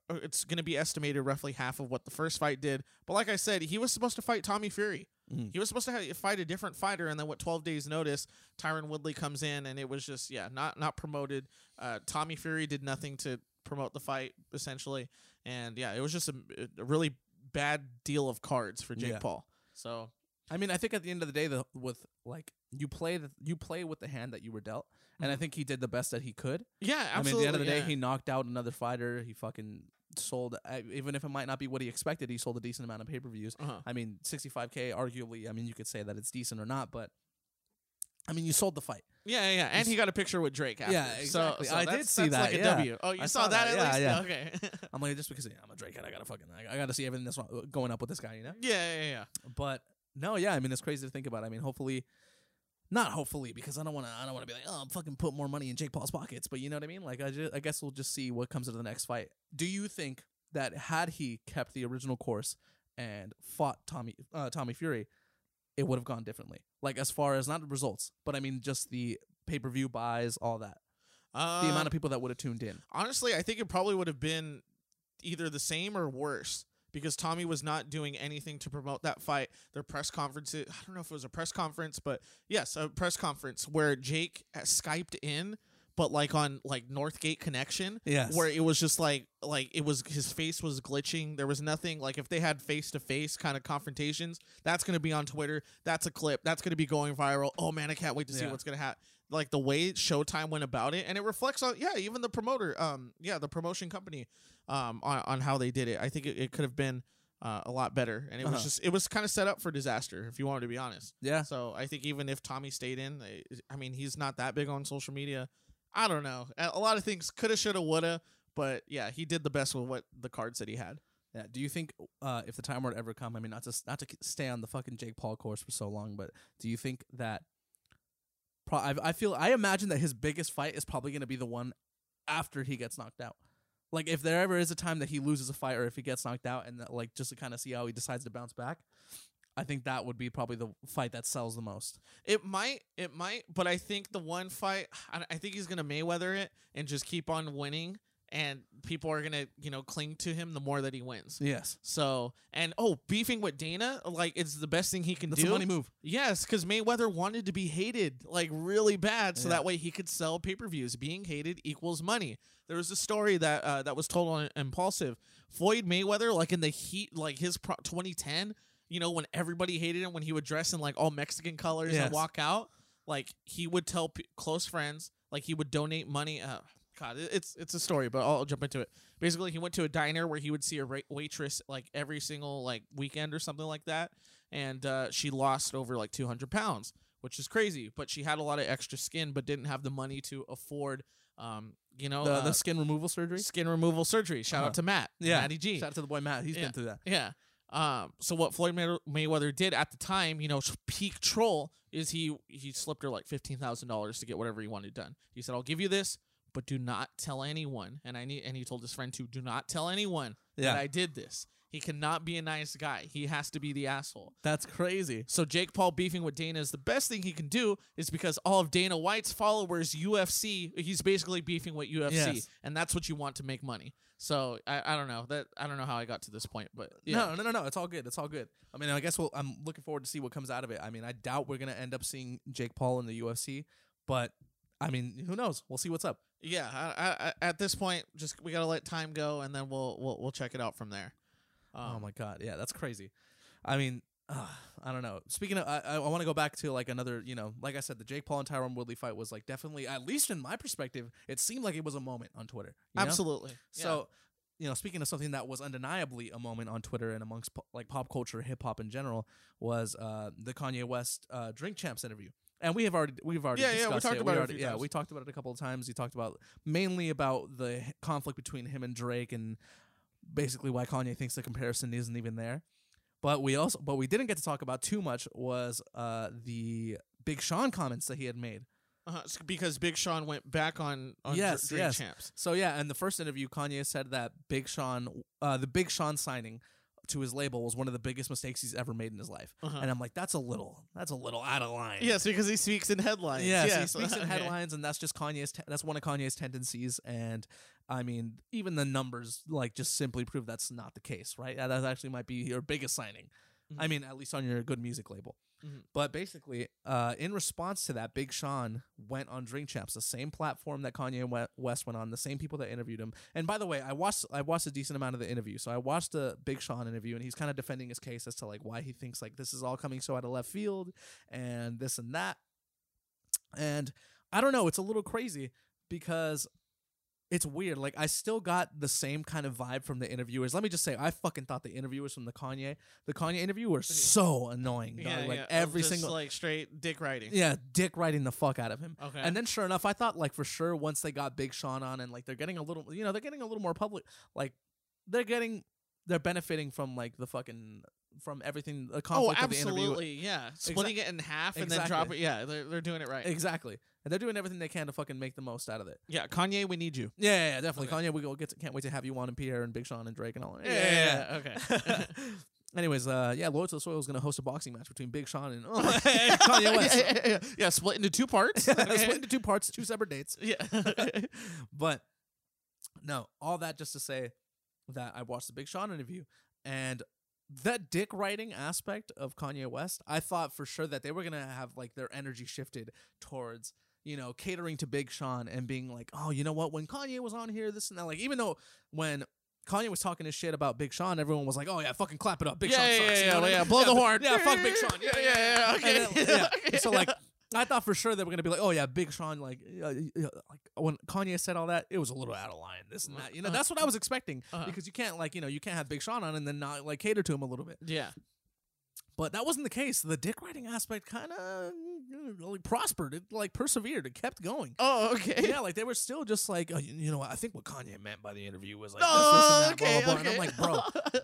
S2: uh, It's going to be estimated roughly half of what the first fight did. But like I said, he was supposed to fight Tommy Fury.
S1: Mhm.
S2: He was supposed to ha fight a different fighter, and then what? Twelve days notice, Tyron Woodley comes in, and it was just yeah, not not promoted. Uh, Tommy Fury did nothing to promote the fight essentially, and yeah, it was just a, a really bad deal of cards for Jake
S1: Yeah.
S2: Paul. So
S1: I mean, I think at the end of the day, the with like you play the you play with the hand that you were dealt, and I
S2: Mhm.
S1: think he did the best that he could.
S2: yeah, absolutely.
S1: I mean, at the end of the
S2: yeah.
S1: day, he knocked out another fighter. He fucking sold, I- even if it might not be what he expected, he sold a decent amount of pay per views.
S2: Uh-huh.
S1: I mean, 65k, arguably. I mean, you could say that it's decent or not, but I mean, you sold the fight.
S2: Yeah, yeah, yeah. and he got a picture with Drake. After.
S1: Yeah,
S2: So,
S1: exactly.
S2: so
S1: I did
S2: that's-
S1: see
S2: that's
S1: that,
S2: Like a
S1: yeah.
S2: W. Oh, you
S1: I
S2: saw,
S1: saw
S2: that,
S1: that,
S2: at
S1: yeah,
S2: least. Okay.
S1: I'm like, just because yeah, I'm a Drake head, I gotta fucking, I gotta see everything that's wrong, uh, going up with this guy, you know?
S2: yeah, yeah, yeah.
S1: But no, yeah, I mean, it's crazy to think about. I mean, hopefully, not hopefully, because I don't want to. I don't want to be like, oh, I'm fucking put more money in Jake Paul's pockets. But you know what I mean? Like, I just, I guess we'll just see what comes out of the next fight. Do you think that had he kept the original course and fought Tommy uh, Tommy Fury, it would have gone differently? Like, as far as not the results, but I mean, just the pay per view buys, all that, the
S2: Um,
S1: amount of people that would have tuned in.
S2: honestly, I think it probably would have been either the same or worse because Tommy was not doing anything to promote that fight. Their press conference, I don't know if it was a press conference, but yes, a press conference where Jake uh, skyped in, but like on like Northgate connection.
S1: Yeah,
S2: where it was just like like it was his face was glitching there was nothing like if they had face to face kind of confrontations that's going to be on twitter that's a clip that's going to be going viral oh man i can't wait to see
S1: Yeah.
S2: what's going to happen like the way showtime went about it and it reflects on yeah even the promoter um yeah the promotion company um on, on how they did it i think it, it could have been uh, a lot better and it was
S1: Uh-huh.
S2: just it was kind of set up for disaster if you wanted to be honest
S1: yeah.
S2: so I think even if Tommy stayed in, I- I mean, he's not that big on social media. I don't know. A a lot of things coulda, shoulda, woulda, but yeah, he did the best with what the cards that he had.
S1: Yeah. Do you think uh, if the time were to ever come, I mean, not to not to k- stay on the fucking Jake Paul course for so long, but do you think that? Pro- I, I feel I imagine that his biggest fight is probably going to be the one after he gets knocked out. Like if there ever is a time that he loses a fight or if he gets knocked out, and that, like just to kind of see how he decides to bounce back, I think that would be probably the fight that sells the most.
S2: It might, it might, but I think the one fight, I, I think he's gonna Mayweather it and just keep on winning, and people are gonna, you know, cling to him the more that he wins.
S1: Yes,
S2: So and oh, beefing with Dana, like it's the best thing he can
S1: that's
S2: do.
S1: a money move.
S2: Yes, because Mayweather wanted to be hated like really bad, so
S1: Yeah.
S2: that way he could sell pay per views. Being hated equals money. There was a story that uh, that was told on Impulsive. Floyd Mayweather, like in the heat, like his pro- 2010, you know, when everybody hated him, when he would dress in like all Mexican colors
S1: Yes.
S2: and walk out, like he would tell p- close friends, like he would donate money. Uh, God, it- it's it's a story, but I'll jump into it. Basically, he went to a diner where he would see a ra- waitress like every single like weekend or something like that, and uh, she lost over like 200 pounds, which is crazy. But she had a lot of extra skin, but didn't have the money to afford, um, you know,
S1: The,
S2: uh,
S1: the skin removal surgery.
S2: skin removal surgery. Shout
S1: Uh-huh.
S2: out to Matt,
S1: Yeah.
S2: Matty G.
S1: Shout out to the boy Matt. He's been through that.
S2: Yeah. Um, so what Floyd May- Mayweather did at the time, you know, peak troll is he he slipped her like fifteen thousand dollars to get whatever he wanted done. He said, "I'll give you this, but do not tell anyone." And I need and he told his friend to do not tell anyone
S1: Yeah.
S2: that I did this. He cannot be a nice guy. He has to be the asshole.
S1: That's crazy.
S2: So Jake Paul beefing with Dana is the best thing he can do is because all of Dana White's followers, UFC, he's basically beefing with UFC,
S1: Yes.
S2: and that's what you want to make money. So I, I don't know that I don't know how I got to this point, but yeah.
S1: No, no, no, no. It's all good. It's all good. I mean, I guess we'll, I'm looking forward to see what comes out of it. I mean, I doubt we're gonna end up seeing Jake Paul in the UFC, but I mean, who knows? We'll see what's up.
S2: yeah. I, I, I- at this point, just we gotta let time go, and then we'll we'll, we'll check it out from there. Um,
S1: oh my god, yeah, that's crazy. I mean, uh, I don't know. Speaking of, I, I want to go back to like another, you know, like I said, the Jake Paul and Tyron Woodley fight was like definitely, at least in my perspective, it seemed like it was a moment on Twitter. you know?
S2: absolutely. Yeah.
S1: So, you know, speaking of something that was undeniably a moment on Twitter and amongst po- like pop culture, hip hop in general, was uh, the Kanye West uh, Drink Champs interview. And we have already we've already
S2: Yeah, yeah, we
S1: discussed
S2: talked
S1: it.
S2: about it a
S1: already-
S2: few
S1: yeah
S2: times.
S1: we talked about it a couple of times. You talked about mainly about the h- conflict between him and Drake and basically why Kanye thinks the comparison isn't even there. But we also but we didn't get to talk about too much was uh, the Big Sean comments that he had made.
S2: Uh-huh, s- because Big Sean went back on, on Dr-
S1: Yes,
S2: Dream
S1: yes.
S2: Champs.
S1: So yeah, in the first interview, Kanye said that Big Sean, uh, the Big Sean signing to his label was one of the biggest mistakes he's ever made in his life.
S2: Uh-huh.
S1: And I'm like, that's a little, that's a little out of line.
S2: Yes, because he speaks in headlines.
S1: Yes,
S2: yes.
S1: he speaks in
S2: Okay.
S1: headlines, and that's just Kanye's. Te- that's one of Kanye's tendencies, and I mean, even the numbers like just simply prove that's not the case, right? Yeah, That actually might be your biggest signing. I
S2: Mhm.
S1: mean, at least on your good music label.
S2: Mhm.
S1: But basically, uh, in response to that, Big Sean went on Drink Champs, the same platform that Kanye we- West went on, the same people that interviewed him. And by the way, I watched I watched a decent amount of the interview, so I watched the Big Sean interview, and he's kind of defending his case as to like why he thinks like this is all coming so out of left field and this and that. And I don't know, it's a little crazy because it's weird. Like I still got the same kind of vibe from the interviewers. Let me just say, I fucking thought the interviewers from the Kanye, the Kanye interview were so annoying. dog.
S2: Yeah,
S1: like
S2: yeah.
S1: every
S2: Just,
S1: single,
S2: like straight dick writing.
S1: yeah, dick writing the fuck out of him.
S2: Okay.
S1: And then sure enough, I thought like for sure once they got Big Sean on and like they're getting a little, you know, they're getting a little more public. Like they're getting, they're benefiting from like the fucking from everything the
S2: oh,
S1: conflict of the interview.
S2: absolutely. Yeah, splitting it in half and then drop
S1: Exactly.
S2: it. Yeah, they're, they're doing it right.
S1: Exactly, and they're doing everything they can to fucking make the most out of it.
S2: yeah, Kanye, we need you.
S1: Yeah, yeah, yeah, definitely. Kanye, we go get to, can't wait to have you on and Pierre and Big Sean and Drake and all. that.
S2: Okay.
S1: Anyways, uh, yeah, Lord to the Soil is going to host a boxing match between Big Sean and Kanye West.
S2: yeah, yeah, yeah, yeah. Yeah, split into two parts.
S1: Split into two parts, two separate dates.
S2: yeah.
S1: But no, all that just to say that I watched the Big Sean interview and that dick writing aspect of Kanye West, I thought for sure that they were going to have like their energy shifted towards, you know, catering to Big Sean and being like, oh, you know what? When Kanye was on here, this and that, like, even though when. Kanye was talking his shit about Big Sean. Everyone was like, "Oh yeah, fucking clap it up, Big
S2: yeah,
S1: Sean
S2: yeah,
S1: sucks."
S2: yeah,
S1: you know
S2: yeah,
S1: what I mean?
S2: Blow the
S1: but-
S2: horn.
S1: Yeah, fuck Big Sean.
S2: Yeah, yeah, yeah. Okay.
S1: And then- yeah.
S2: Okay.
S1: So like, I thought for sure they were gonna be like, oh yeah, Big Sean, like, uh, uh, like when Kanye said all that, it was a little out of line. This and that, you know, that's what I was expecting
S2: Uh, Uh-huh.
S1: because you can't like, you know, you can't have Big Sean on and then not like cater to him a little bit.
S2: yeah.
S1: But that wasn't the case. The dick writing aspect kind of like prospered. It like persevered. It kept going.
S2: Oh, okay.
S1: Yeah, like they were still just like, oh, you, you know, what? I think what Kanye meant by the interview was like,
S2: Oh,
S1: this, this, and that, blah, blah, blah. And
S2: okay,
S1: I'm like, bro,
S2: okay.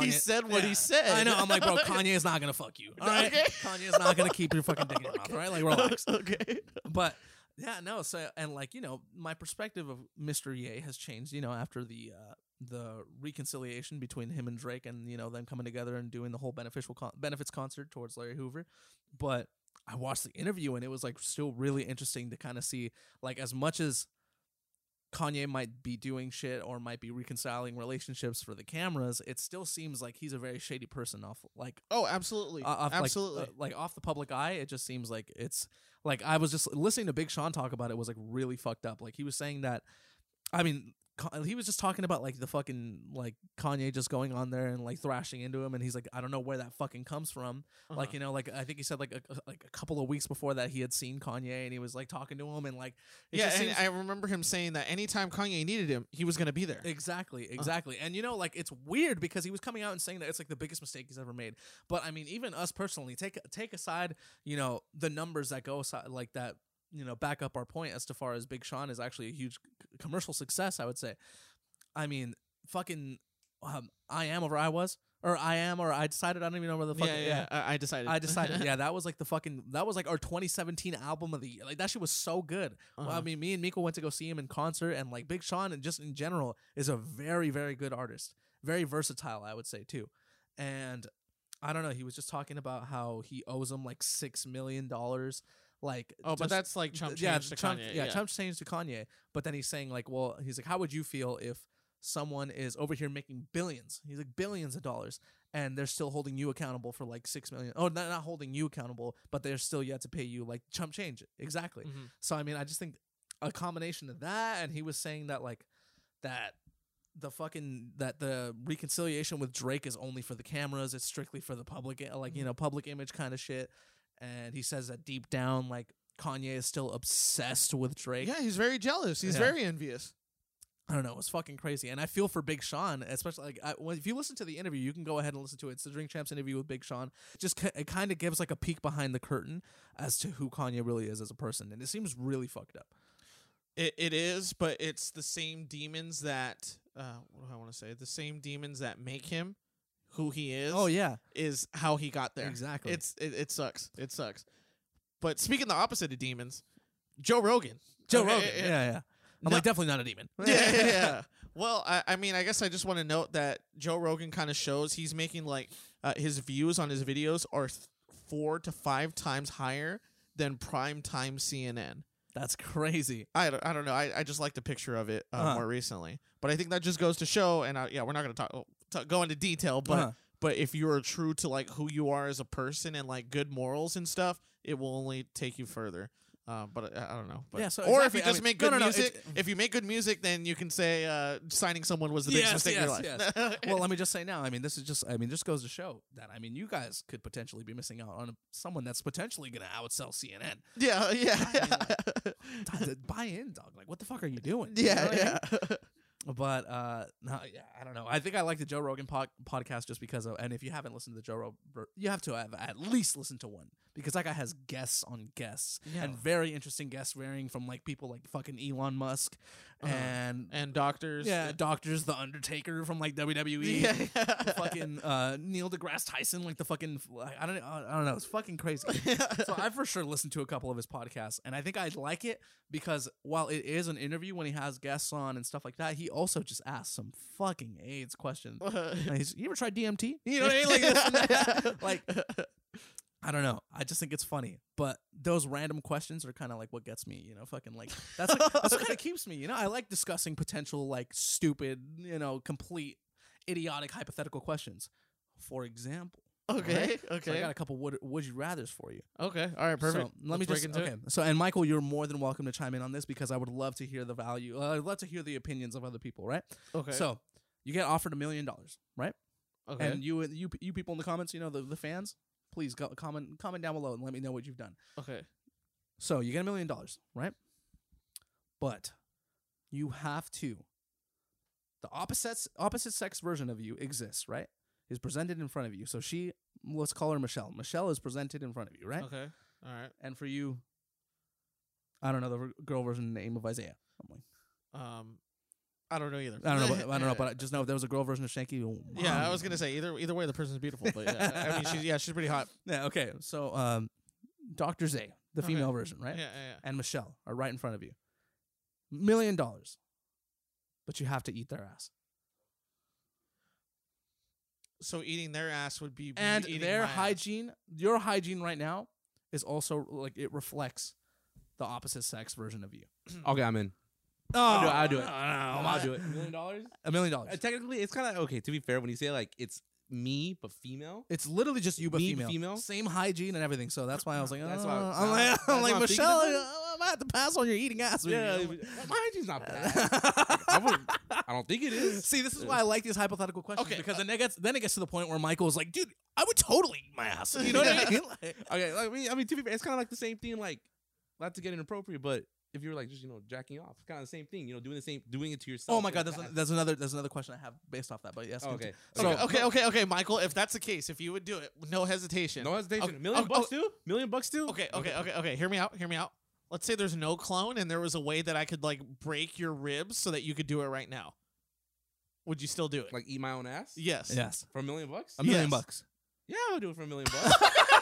S2: he
S1: Kanye-
S2: said what
S1: Yeah.
S2: he said.
S1: I know. I'm like, bro, Kanye is not gonna fuck you. All right,
S2: Okay.
S1: Kanye is not gonna keep your fucking dick in your mouth. All right, like relax.
S2: okay.
S1: But yeah, no. So and like you know, my perspective of Mr. Ye has changed. You know, after the uh, the reconciliation between him and Drake, and you know them coming together and doing the whole beneficial con- benefits concert towards Larry Hoover. But I watched the interview, and it was like still really interesting to kind of see like as much as. Kanye might be doing shit or might be reconciling relationships for the cameras. It still seems like he's a very shady person off like
S2: Oh, absolutely.
S1: uh, off,
S2: absolutely.
S1: like, uh, like off the public eye it just seems like it's like i was just listening to big sean talk about it was like really fucked up like he was saying that i mean Ka- he was just talking about like the fucking like kanye just going on there and like thrashing into him and he's like i don't know where that fucking comes from
S2: uh, Uh-huh.
S1: like you know like i think he said like a, a- like a couple of weeks before that he had seen kanye and he was like talking to him and like it
S2: yeah,
S1: just
S2: and
S1: seems-
S2: I remember him saying that anytime Kanye needed him, he was going to be there.
S1: Exactly, exactly. And you know, like it's weird because he was coming out and saying that it's like the biggest mistake he's ever made. But I mean, even us personally, take take aside, you know, the numbers that go aside, like that, you know, back up our point as to far as Big Sean is actually a huge c- commercial success. I would say. I mean, fucking, um, I am or I was or I am or I decided. I don't even know where the fuck.
S2: yeah, yeah, I, I decided.
S1: I decided. yeah, that was like the fucking. That was like our 2017 album of the year. Like that shit was so good. Well, I
S2: Uh-huh.
S1: mean, me and Miko went to go see him in concert, and like Big Sean, and just in general, is a very, very good artist. very versatile, I would say too. And I don't know, he was just talking about how he owes him like six million dollars. Like
S2: Oh, but
S1: just-
S2: that's like chump change
S1: th- yeah,
S2: to
S1: chump-
S2: Kanye.
S1: Yeah, chump change to Kanye. But then he's saying like, well, he's like, how would you feel if someone is over here making billions? He's like billions of dollars, and they're still holding you accountable for like six million. Oh, not not holding you accountable, but they're still yet to pay you like chump change. Exactly.
S2: Mhm.
S1: So I mean, I just think a combination of that, and he was saying that like that the fucking that the reconciliation with Drake is only for the cameras. It's strictly for the public, i- like you know, public image kind of shit. And he says that deep down, like Kanye is still obsessed with Drake.
S2: Yeah, he's very jealous. He's
S1: Yeah.
S2: very envious.
S1: I don't know. It's fucking crazy, and I feel for Big Sean, especially like I, well, if you listen to the interview, you can go ahead and listen to it. It's the Drink Champs interview with Big Sean. Just ki it kind of gives like a peek behind the curtain as to who Kanye really is as a person, and it seems really fucked up.
S2: It, it is, but it's the same demons that uh, what do I want to say? The same demons that make him who he is.
S1: Oh yeah,
S2: is how he got there.
S1: exactly.
S2: It's it, it sucks. It sucks. But speaking the opposite of demons, Joe Rogan.
S1: Joe
S2: Okay,
S1: Rogan. Yeah, yeah. I'm
S2: No-
S1: like definitely not a demon.
S2: yeah, yeah, yeah. Well, I, I mean, I guess I just want to note that Joe Rogan kind of shows he's making like uh, his views on his videos are th- four to five times higher than prime time CNN.
S1: That's crazy.
S2: I don't, I don't know. I, I just liked a picture of it uh,
S1: Uh-huh.
S2: more recently, but I think that just goes to show. And I, yeah, we're not gonna talk, t- go into detail, but
S1: Uh-huh.
S2: but if you are true to like who you are as a person and like good morals and stuff, it will only take you further. Uh, but I, I don't know. But,
S1: Yeah, so
S2: or
S1: exactly,
S2: if
S1: I
S2: you just
S1: mean-
S2: make
S1: no,
S2: good
S1: no, no,
S2: music,
S1: it's-
S2: if you make good music, then you can say uh, signing someone was the biggest
S1: Yes,
S2: mistake in your life.
S1: yes, well, let me just say now. I mean, this is just. I mean, just goes to show that. I mean, you guys could potentially be missing out on someone that's potentially going to outsell CNN.
S2: yeah,
S1: I
S2: yeah,
S1: Dog, th- Buy in, dog. Like, what the fuck are you doing? You know
S2: yeah,
S1: what I mean?
S2: yeah.
S1: But uh, no, yeah, I don't know. I think I like the Joe Rogan pod- podcast just because of. And if you haven't listened to the Joe Rogan, you have to have at least listened to one because that guy has guests on guests
S2: Yeah.
S1: and very interesting guests, varying from like people like fucking Elon Musk
S2: Uh-huh.
S1: and
S2: And doctors.
S1: yeah, doctors, the Undertaker from like WWE,
S2: Yeah.
S1: fucking uh, Neil deGrasse Tyson, like the fucking I don't I don't know, it's fucking crazy. so I for sure listened to a couple of his podcasts, and I think I like it because while it is an interview when he has guests on and stuff like that, he also just asks some fucking AIDS questions. Like, he's, you ever tried DMT? Oh. You know what I mean? Like, this and that. like I don't know. I just think it's funny, but those random questions are kind of like what gets me. You know, fucking like that's like, that's what kind of keeps me. You know, I like discussing potential like stupid, you know, complete idiotic hypothetical questions. For example,
S2: okay, okay,
S1: so I got a couple would would you rather's for you.
S2: okay. All right, perfect.
S1: So let me
S2: Let's break
S1: just
S2: into it.
S1: okay. So and Michael, you're more than welcome to chime in on this because I would love to hear the value. Uh, I'd love to hear the opinions of other people. Right.
S2: Okay.
S1: So you get offered a million dollars, right?
S2: okay.
S1: And you you you people in the comments, you know the the fans, please go, comment comment down below and let me know what you've done.
S2: okay.
S1: So you get a million dollars, right? But you have to. The opposite opposite sex version of you exists, right? Is presented in front of you. So she, let's call her Michelle. Michelle is presented in front of you, right?
S2: Okay. All right.
S1: And for you, I don't know the r- girl version name of Isaiah. I'm like,
S2: Um, I don't know either.
S1: I don't know. But, I don't know.
S2: Yeah.
S1: But I just know if there was a girl version of Shanky. oh,
S2: yeah, I
S1: mom.
S2: was gonna say either either way the person's beautiful, but yeah, I mean she's yeah she's pretty hot.
S1: Yeah. Okay. So, um, Doctor Z, the
S2: Okay.
S1: female version,
S2: Yeah,
S1: right?
S2: yeah, yeah.
S1: and Michelle are right in front of you. Million dollars. But you have to eat their ass.
S2: So eating their ass would be
S1: And
S2: eating
S1: their
S2: my ass.
S1: hygiene, your hygiene right now is also like it reflects the opposite sex version of you.
S3: Okay, I'm in.
S1: Oh,
S3: I'll do it.
S1: I'll
S3: I'll do it.
S1: Million dollars? A million
S3: Uh,
S1: dollars.
S3: technically, it's kind of okay. To be fair, when you say like it's me but female,
S1: It's literally just you, but
S3: Me,
S1: female.
S3: female?
S1: Same hygiene and everything. So that's why I was like,
S3: That's
S1: oh.
S3: why-
S1: I'm like,
S3: that's
S1: I'm
S3: why
S1: like
S3: I'm thinking
S1: Michelle,
S3: about it.
S1: I'm gonna have to pass on your eating ass. with
S3: yeah,
S1: you.
S3: my hygiene's not bad. I, wouldn't- I don't think it is.
S1: See, this is why I like these hypothetical questions
S2: Okay,
S1: because
S2: uh,
S1: then it gets then it gets to the point where Michael's like, dude, I would totally eat my ass. You know what I mean? Like,
S3: Okay, like, I mean, I mean, to be fair, it's kind of like the same thing. Like, not to get inappropriate, but if you were like just you know jacking off, kind of the same thing. You know, doing the same, doing it to yourself.
S1: oh my god,
S3: like,
S1: there's,
S3: ah.
S1: there's another there's another question I have based off that. But yes,
S3: Oh,
S1: continue.
S3: okay.
S1: So-
S2: okay, okay, okay, okay, Michael. If that's the case, if you would do it, no hesitation.
S3: No hesitation.
S2: Okay,
S3: A million
S2: oh,
S3: bucks
S2: oh,
S3: too. Million bucks too.
S2: Okay, okay, okay, okay. Hear me out. Hear me out. Let's say there's no clone, and there was a way that I could like break your ribs so that you could do it right now. Would you still do it?
S3: Like eat my own ass.
S2: yes.
S1: Yes,
S3: For a million bucks.
S1: a million
S2: Yes.
S1: bucks.
S3: yeah, I'll do it for a million bucks.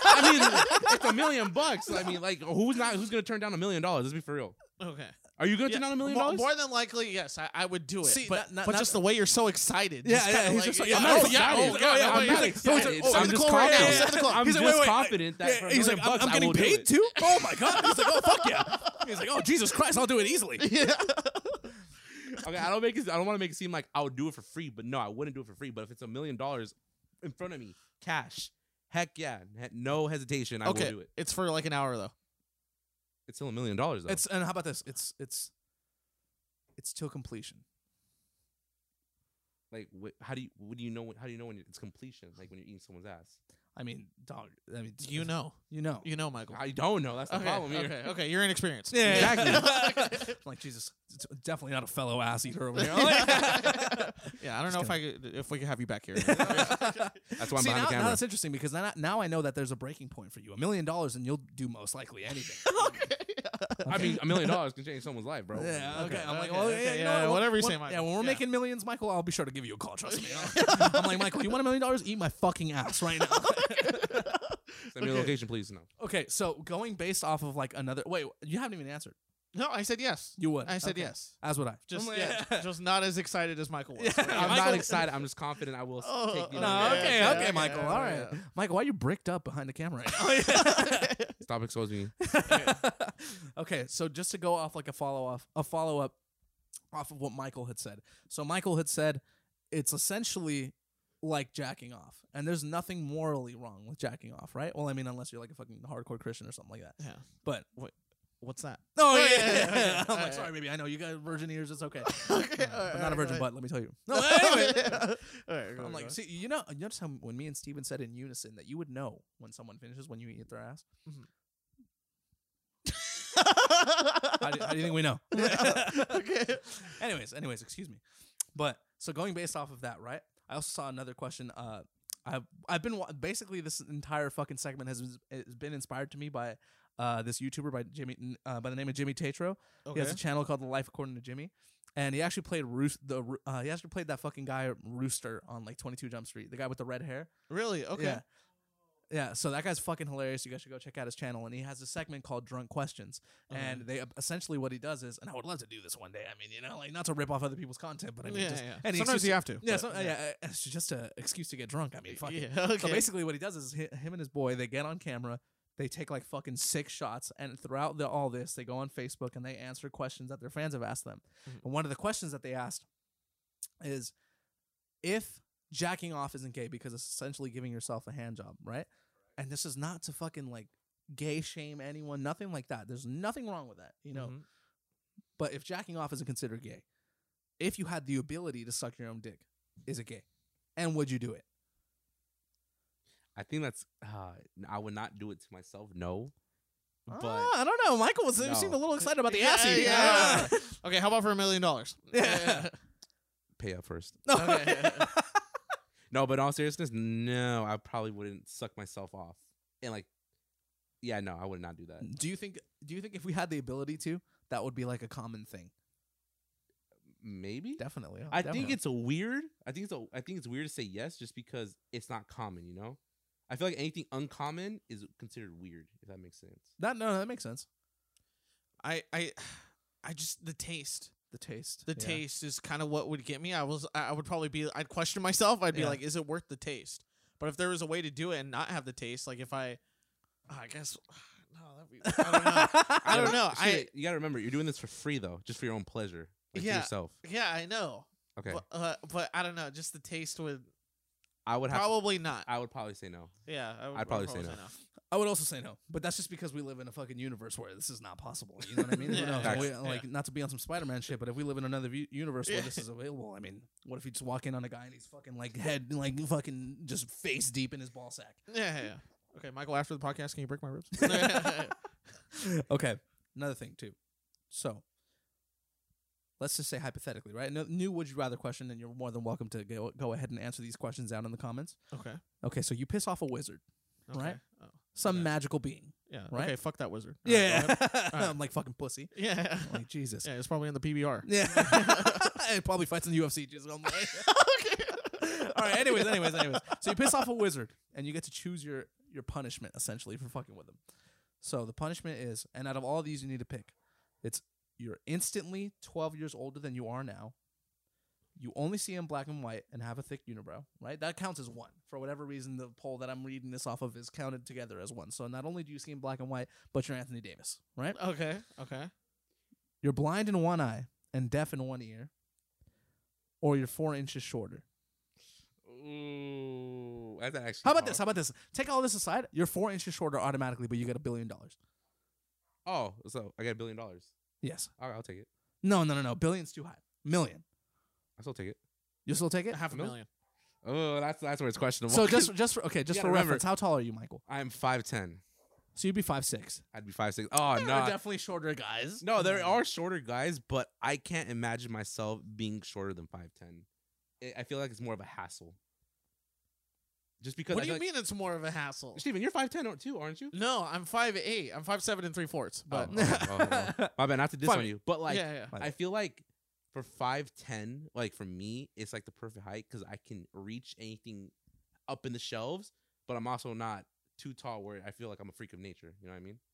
S3: I mean, it's a million bucks. I mean, like who's not who's gonna turn down a million dollars? Let's be for real.
S2: Okay.
S3: Are you good
S2: Yeah,
S3: to not a million
S2: more,
S3: dollars?
S2: More than likely, yes, I, I would do it.
S1: See,
S2: but
S1: not- not-
S2: but
S1: not-
S2: just the way you're so excited.
S1: Yeah,
S2: just
S1: yeah,
S2: kinda
S1: he's
S2: like,
S1: just like,
S2: yeah,
S1: I'm
S2: oh,
S1: not
S2: yeah,
S1: excited.
S2: oh, yeah,
S1: Oh, yeah,
S2: yeah,
S1: I'm
S2: yeah,
S1: not
S2: yeah,
S1: excited.
S2: yeah, Seven
S1: I'm just
S2: o'clock right now.
S1: confident.
S2: Seven o'clock. He's like,
S3: I'm just
S2: wait, wait, wait.
S3: confident that for a
S1: Yeah, he's
S3: million
S1: like, I'm,
S3: bucks,
S1: I'm
S3: I
S1: getting
S3: will do
S1: paid
S3: it.
S1: too. Oh my god! He's like, oh fuck yeah! He's like, oh Jesus Christ, I'll do it easily.
S3: Okay, I don't make it. I don't want to make it seem like I would do it for free, but no, I wouldn't do it for free. But if it's a million dollars in front of me, cash, heck yeah, he- no hesitation, I
S2: Okay,
S3: will do it.
S2: it's for like an hour though.
S3: It's still a million dollars though.
S1: It's and how about this? It's it's it's till completion.
S3: like, wh- how do you? What do you know? When, how do you know when it's completion? Like when you're eating someone's ass?
S1: I mean, dog. I mean,
S2: You know,
S1: you know.
S2: you know, Michael.
S3: I don't know. That's the
S2: okay,
S3: problem here.
S2: okay, okay, you're inexperienced.
S1: exactly. I'm like Jesus, it's definitely not a fellow ass eater over here.
S2: yeah, I don't know if I could, if we could have you back here.
S3: That's why I'm
S1: See,
S3: behind
S1: now,
S3: the
S1: now
S3: camera.
S1: that's interesting because now, now I know that there's a breaking point for you. A million dollars and you'll do most likely anything.
S3: I mean, a million dollars can change someone's life, bro.
S1: Yeah, okay.
S2: Okay,
S1: I'm like,
S2: okay,
S1: well, yeah,
S2: okay,
S1: you
S2: yeah,
S1: know, what-
S2: whatever you
S1: what-
S2: say, Michael.
S1: Yeah, when we're
S2: Yeah.
S1: making millions, Michael, I'll be sure to give you a call. Trust me. I'm like, Michael, you want a million dollars? Eat my fucking ass right now.
S3: Send me a location, please. No.
S1: okay, so going based off of like another. Wait, you haven't even answered.
S2: no, I said yes.
S1: You would.
S2: I said
S1: Okay.
S2: yes.
S1: As would I.
S2: Just
S1: I'm like,
S2: yeah, just not as excited as Michael was.
S1: Yeah.
S3: I'm
S1: Michael-
S3: not excited. I'm just confident I will s-
S2: Oh,
S3: take.
S2: oh,
S3: the
S1: No,
S2: Yeah,
S3: million
S1: okay,
S2: yeah,
S3: dollars.
S1: okay,
S2: yeah,
S1: Michael.
S2: yeah,
S1: all right,
S2: yeah.
S1: Michael, why are you bricked up behind the camera? Right now?
S3: Stop exposing me.
S1: okay, so just to go off like a follow off a follow up off of what Michael had said. So Michael had said it's essentially like jacking off. And there's nothing morally wrong with jacking off, right? Well, I mean unless you're like a fucking hardcore Christian or something like that.
S2: Yeah.
S1: But
S2: What's that?
S1: Oh,
S2: yeah,
S1: yeah.
S2: yeah, yeah, yeah.
S1: I'm
S2: Alright.
S1: like, sorry, baby, I know you got virgin ears, it's okay.
S2: okay,
S1: I'm not a virgin butt, let me tell you. No, anyway. I'm like, see, you know, you notice how when me and Steven said in unison that you would know when someone finishes when you eat their ass. How do, how do you think we know?
S2: okay.
S1: anyways, anyways, excuse me. But so going based off of that, right? I also saw another question. Uh, I've I've been wa- basically this entire fucking segment has, has been inspired to me by uh this YouTuber by Jimmy n- uh, by the name of Jimmy Tatro. He has a channel called The Life According to Jimmy, and he actually played Roost the Roo- uh, he actually played that fucking guy Rooster on like Twenty Two Jump Street, the guy with the red hair.
S2: Really? Okay.
S1: Yeah. Yeah, so that guy's fucking hilarious. You guys should go check out his channel, and he has a segment called "Drunk Questions."
S2: Okay.
S1: And they uh, essentially what he does is, and I would love to do this one day. I mean, you know, like not to rip off other people's content, but I mean,
S2: yeah,
S1: just,
S2: yeah.
S1: and
S2: Sometimes
S1: it's just,
S2: you have to.
S1: yeah,
S2: but-
S1: so, yeah. uh, it's just an excuse to get drunk. I mean, fuck it.
S2: Yeah, okay.
S1: So basically, what he does is hi- him and his boy they get on camera, they take like fucking six shots, and throughout the, all this, they go on Facebook and they answer questions that their fans have asked them.
S2: Mhm.
S1: And one of the questions that they asked is if jacking off isn't gay because it's essentially giving yourself a hand job, right? And this is not to fucking like gay shame anyone, nothing like that. There's nothing wrong with that, you know.
S2: Mhm.
S1: But if jacking off isn't considered gay, if you had the ability to suck your own dick, is it gay? And would you do it?
S3: I think that's. Uh, I would not do it to myself. No. But
S1: Ah, I don't know. Michael was,
S3: No.
S1: seemed a little excited about the
S2: Yeah,
S1: ass eating.
S2: yeah, okay, how about for a million dollars?
S1: Yeah.
S3: pay up first.
S1: No.
S2: Okay.
S3: No, but in all seriousness, no. I probably wouldn't suck myself off. And like, yeah, no, I would not do that.
S1: do you think? Do you think if we had the ability to, that would be like a common thing?
S3: Maybe.
S1: Definitely.
S3: I think it's a weird. I think it's a. I think it's weird to say yes just because it's not common. You know, I feel like anything uncommon is considered weird. If that makes sense.
S1: that. No, that makes sense.
S2: I, I, I just the taste.
S1: The taste.
S2: The
S1: yeah.
S2: taste is kind of what would get me. I was. I I would probably be. I'd question myself. I'd be
S1: Yeah.
S2: like, is it worth the taste? But if there was a way to do it and not have the taste, like if I, I guess, no, that'd be. I don't know. I don't know. I
S3: Shit, you gotta remember, you're doing this for free though, just for your own pleasure, like to
S2: Yeah.
S3: yourself.
S2: yeah, I know.
S3: Okay,
S2: But, uh, but I don't know. Just the taste would
S3: I would have. to-
S2: probably not.
S3: I would probably say no.
S2: yeah, I would,
S3: I'd probably say no.
S1: I would also say no, but that's just because we live in a fucking universe where this is not possible. You know what I mean? Who
S2: Yeah,
S1: knows?
S2: yeah,
S1: We-
S2: yeah.
S1: like, not to be on some Spider-Man shit, but if we live in another u- universe where
S2: Yeah.
S1: this is available, I mean, what if you just walk in on a guy and he's fucking like head, like fucking just face deep in his ball sack?
S2: Yeah, yeah, yeah. Okay, Michael. After the podcast, can you break my ribs?
S1: okay. Another thing too. So let's just say hypothetically, right? No, new would you rather question, and you're more than welcome to go, go ahead and answer these questions down in the comments.
S2: Okay.
S1: Okay, so you piss off a wizard,
S2: okay.
S1: Right?
S2: Oh,
S1: some
S2: Okay.
S1: magical being.
S2: yeah.
S1: Right?
S2: Okay. Fuck that wizard. All right, go
S1: yeah,
S2: ahead. Alright.
S1: I'm like fucking pussy.
S2: yeah.
S1: I'm like Jesus.
S2: Yeah. It's probably in the PBR.
S1: Yeah, it probably fights in the UFC. Jesus, I'm like.
S2: okay.
S1: All right. Anyways, anyways, anyways. So you piss off a wizard, and you get to choose your your punishment essentially for fucking with him. So the punishment is, and out of all these, you need to pick. It's you're instantly 12 years older than you are now. You only see in black and white and have a thick unibrow, right? That counts as one. For whatever reason, the poll that I'm reading this off of is counted together as one. So not only do you see in black and white, but you're Anthony Davis, right?
S2: Okay. Okay.
S1: You're blind in one eye and deaf in one ear, or you're four inches shorter.
S3: Ooh, that's actually.
S1: How about
S3: hard.
S2: Uh-huh.
S1: this? How about this? Take all this aside. You're four inches shorter automatically, but you get a billion dollars.
S3: Oh, so I got a billion dollars.
S1: Yes.
S3: All right, I'll take it.
S1: No, no, no, no. Billion's too high. Million.
S3: I still take it.
S1: You still take it?
S2: Half a
S3: Nope.
S2: million.
S3: Oh, that's that's where it's questionable.
S1: So just just for okay, just
S3: gotta
S1: for
S3: remember-
S1: reference, how tall are you, Michael?
S3: I'm five ten.
S1: So you'd be five six.
S3: I'd be five six. Oh no,
S1: definitely shorter guys.
S3: no, there are shorter guys, but I can't imagine myself being shorter than five ten. I feel like it's more of a hassle. Just because.
S2: What
S3: I
S2: do you
S3: feel like,
S2: mean it's more of a hassle?
S3: Steven? You're five ten too, aren't you?
S2: No, I'm five eight. I'm five seven and three fourths. But
S3: Oh, oh, oh, oh. My bad, not to diss
S2: Fine.
S3: on you, but like
S2: yeah, yeah.
S1: like-
S3: I feel like for five ten, like for me, it's like the perfect height because I can reach anything up in the shelves, but I'm also not too tall where I feel like I'm a freak of nature. You know what I mean?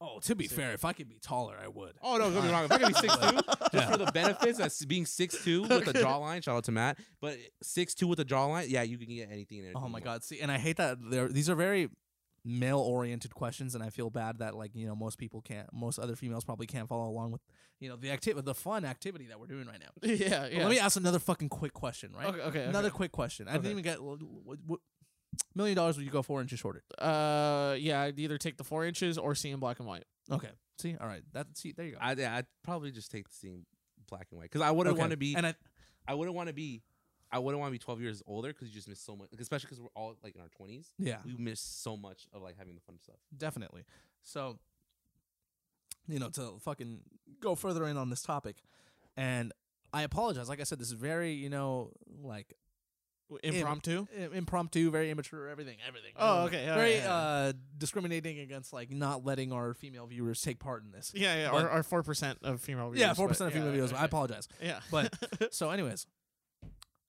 S1: Oh, to be fair, if I could be taller, I would.
S3: Oh no, don't get me wrong. If I can be six two, just
S1: Yeah.
S3: for the benefits, that's being six two with a jawline. Shout out to Matt, but six two with a jawline, yeah, you can get anything. And
S1: Oh
S3: everything
S1: my
S3: you want.
S1: god. See, and I hate that there these are very male oriented questions and I feel bad that like, you know, most people can't most other females probably can't follow along with you know the activity the fun activity that we're doing right now.
S2: yeah,
S1: But
S2: yeah.
S1: let me ask another fucking quick question, right?
S2: okay, okay.
S1: Another quick question. I
S2: Okay.
S1: didn't even get what, what, what million dollars would you go four inches shorter?
S2: okay. Uh, yeah. I'd either take the four inches or see in black and white.
S1: Okay. See, all right. That see, there you go.
S3: I, yeah, I'd probably just take the scene black and white because I wouldn't
S1: Okay.
S3: want to be.
S1: and I,
S3: I wouldn't want to be. I wouldn't want to be 12 years older because you just miss so much, especially because we're all like in our 20s.
S1: yeah,
S3: We miss so much of like having the fun stuff.
S1: definitely. So, you know, to fucking go further in on this topic, and I apologize. Like I said, this is very, you know, like
S2: W- Impromptu.
S1: i- impromptu, very immature, everything, everything.
S2: Oh,
S1: everything.
S2: okay, all
S1: Very
S2: right, yeah.
S1: uh, discriminating against like not letting our female viewers take part in this.
S2: Yeah, yeah.
S1: But-
S2: Or four percent of female.
S1: yeah,
S2: viewers,
S1: four
S2: but
S1: percent of
S2: yeah,
S1: female viewers.
S2: okay.
S1: I apologize.
S2: Yeah,
S1: But- So, anyways,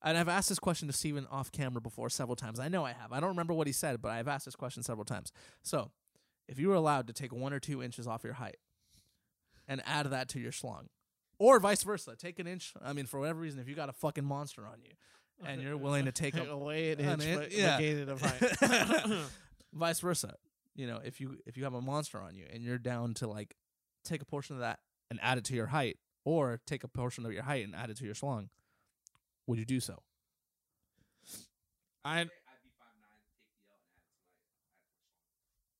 S1: and I've asked this question to Steven off camera before several times. I know I have. I don't remember what he said, but I've asked this question several times. So, if you were allowed to take one or two inches off your height and add that to your schlong, or vice versa, take an inch. I mean, for whatever reason, if you got a fucking monster on you and you're willing to take a
S2: away an
S1: an
S2: inch,
S1: in-
S2: but
S1: yeah.
S2: negated of height.
S1: vice versa, you know, if you if you have a monster on you and you're down to like take a portion of that and add it to your height, or take a portion of your height and add it to your schlong, would you do so?
S2: I.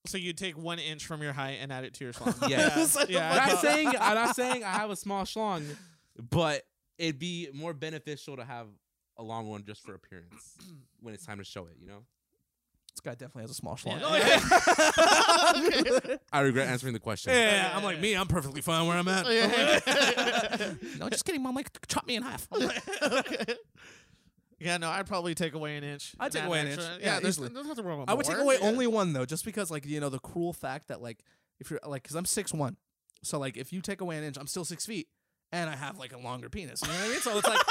S2: So you take one inch from your height and add it to your schlong.
S3: Yeah.
S2: yeah.
S3: I'm
S2: I
S3: not
S2: thought-
S3: saying I'm not saying I have a small schlong, but it'd be more beneficial to have a long one just for appearance when it's time to show it. You know.
S1: This guy definitely has a small schlong. Oh,
S2: Yeah.
S3: I regret answering the question.
S1: Yeah, I'm like me. I'm perfectly fine where I'm at.
S2: Yeah.
S1: no, just kidding, mom. Like chop me in half.
S2: yeah, no, I'd probably take away an inch.
S1: I'd
S2: and
S1: take
S2: add
S1: away an
S2: extra-
S1: inch.
S2: Yeah,
S1: Yeah,
S2: there's,
S1: easily.
S2: there's nothing wrong with
S1: I would take
S2: more.
S1: away
S2: Yeah.
S1: only one though, just because like you know the cruel fact that like if you're like because I'm six one, so like if you take away an inch, I'm still six feet, and I have like a longer penis. You know what I mean? So it's like,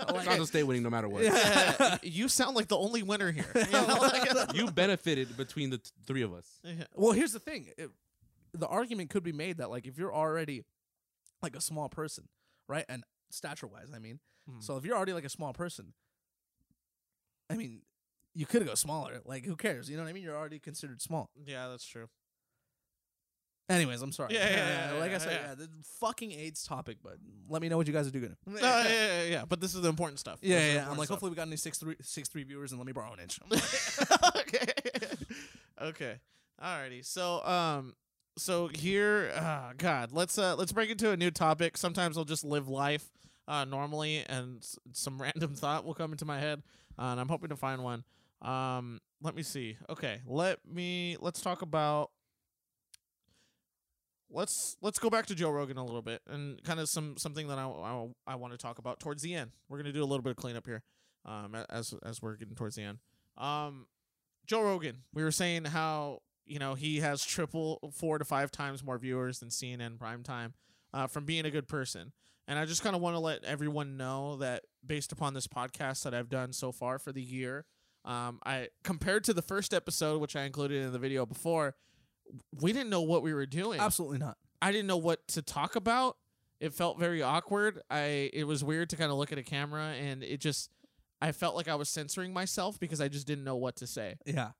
S3: Like,
S1: like,
S3: Chicago State winning no matter what.
S1: Oh Yeah.
S2: Yeah, you sound like the only winner here. You know, like-
S3: You benefited between the t- three of us.
S2: Yeah.
S1: well, here's the thing: It- the argument could be made that like if you're already like a small person, right, and stature wise, I mean,
S2: Mhm.
S1: so if you're already like a small person, I mean, you could go smaller. Like, who cares? You know what I mean? You're already considered small.
S2: yeah, that's true.
S1: Anyways, I'm sorry.
S2: Yeah, yeah, yeah,
S1: like
S2: yeah,
S1: I said,
S2: yeah.
S1: yeah. the fucking AIDS topic, but let me know what you guys are doing.
S2: No, Oh, yeah, yeah, yeah, yeah, But this is the important stuff.
S1: Yeah,
S2: This
S1: yeah.
S2: is
S1: yeah. I'm like,
S2: the
S1: hopefully we got any six three six three viewers, and let me borrow an inch.
S2: important stuff. okay. okay. Alrighty. So, um, so here, uh, God, let's uh, let's break into a new topic. Sometimes I'll just live life uh, normally, and s- some random thought will come into my head, uh, and I'm hoping to find one. Um, let me see. Okay, let me let's talk about let's let's go back to Joe Rogan a little bit and kind of some something that I I, I want to talk about towards the end. We're gonna do a little bit of cleanup here, um, a- as as we're getting towards the end. Um, Joe Rogan, we were saying how you know he has triple four to five times more viewers than CNN primetime uh, from being a good person. And I just kind of want to let everyone know that based upon this podcast that I've done so far for the year, um, I compared to the first episode, which I included in the video before, we didn't know what we were doing
S1: Absolutely not.
S2: I didn't know what to talk about. It felt very awkward. I it was weird to kind of look at a camera and it just I felt like I was censoring myself because I just didn't know what to say.
S1: Yeah.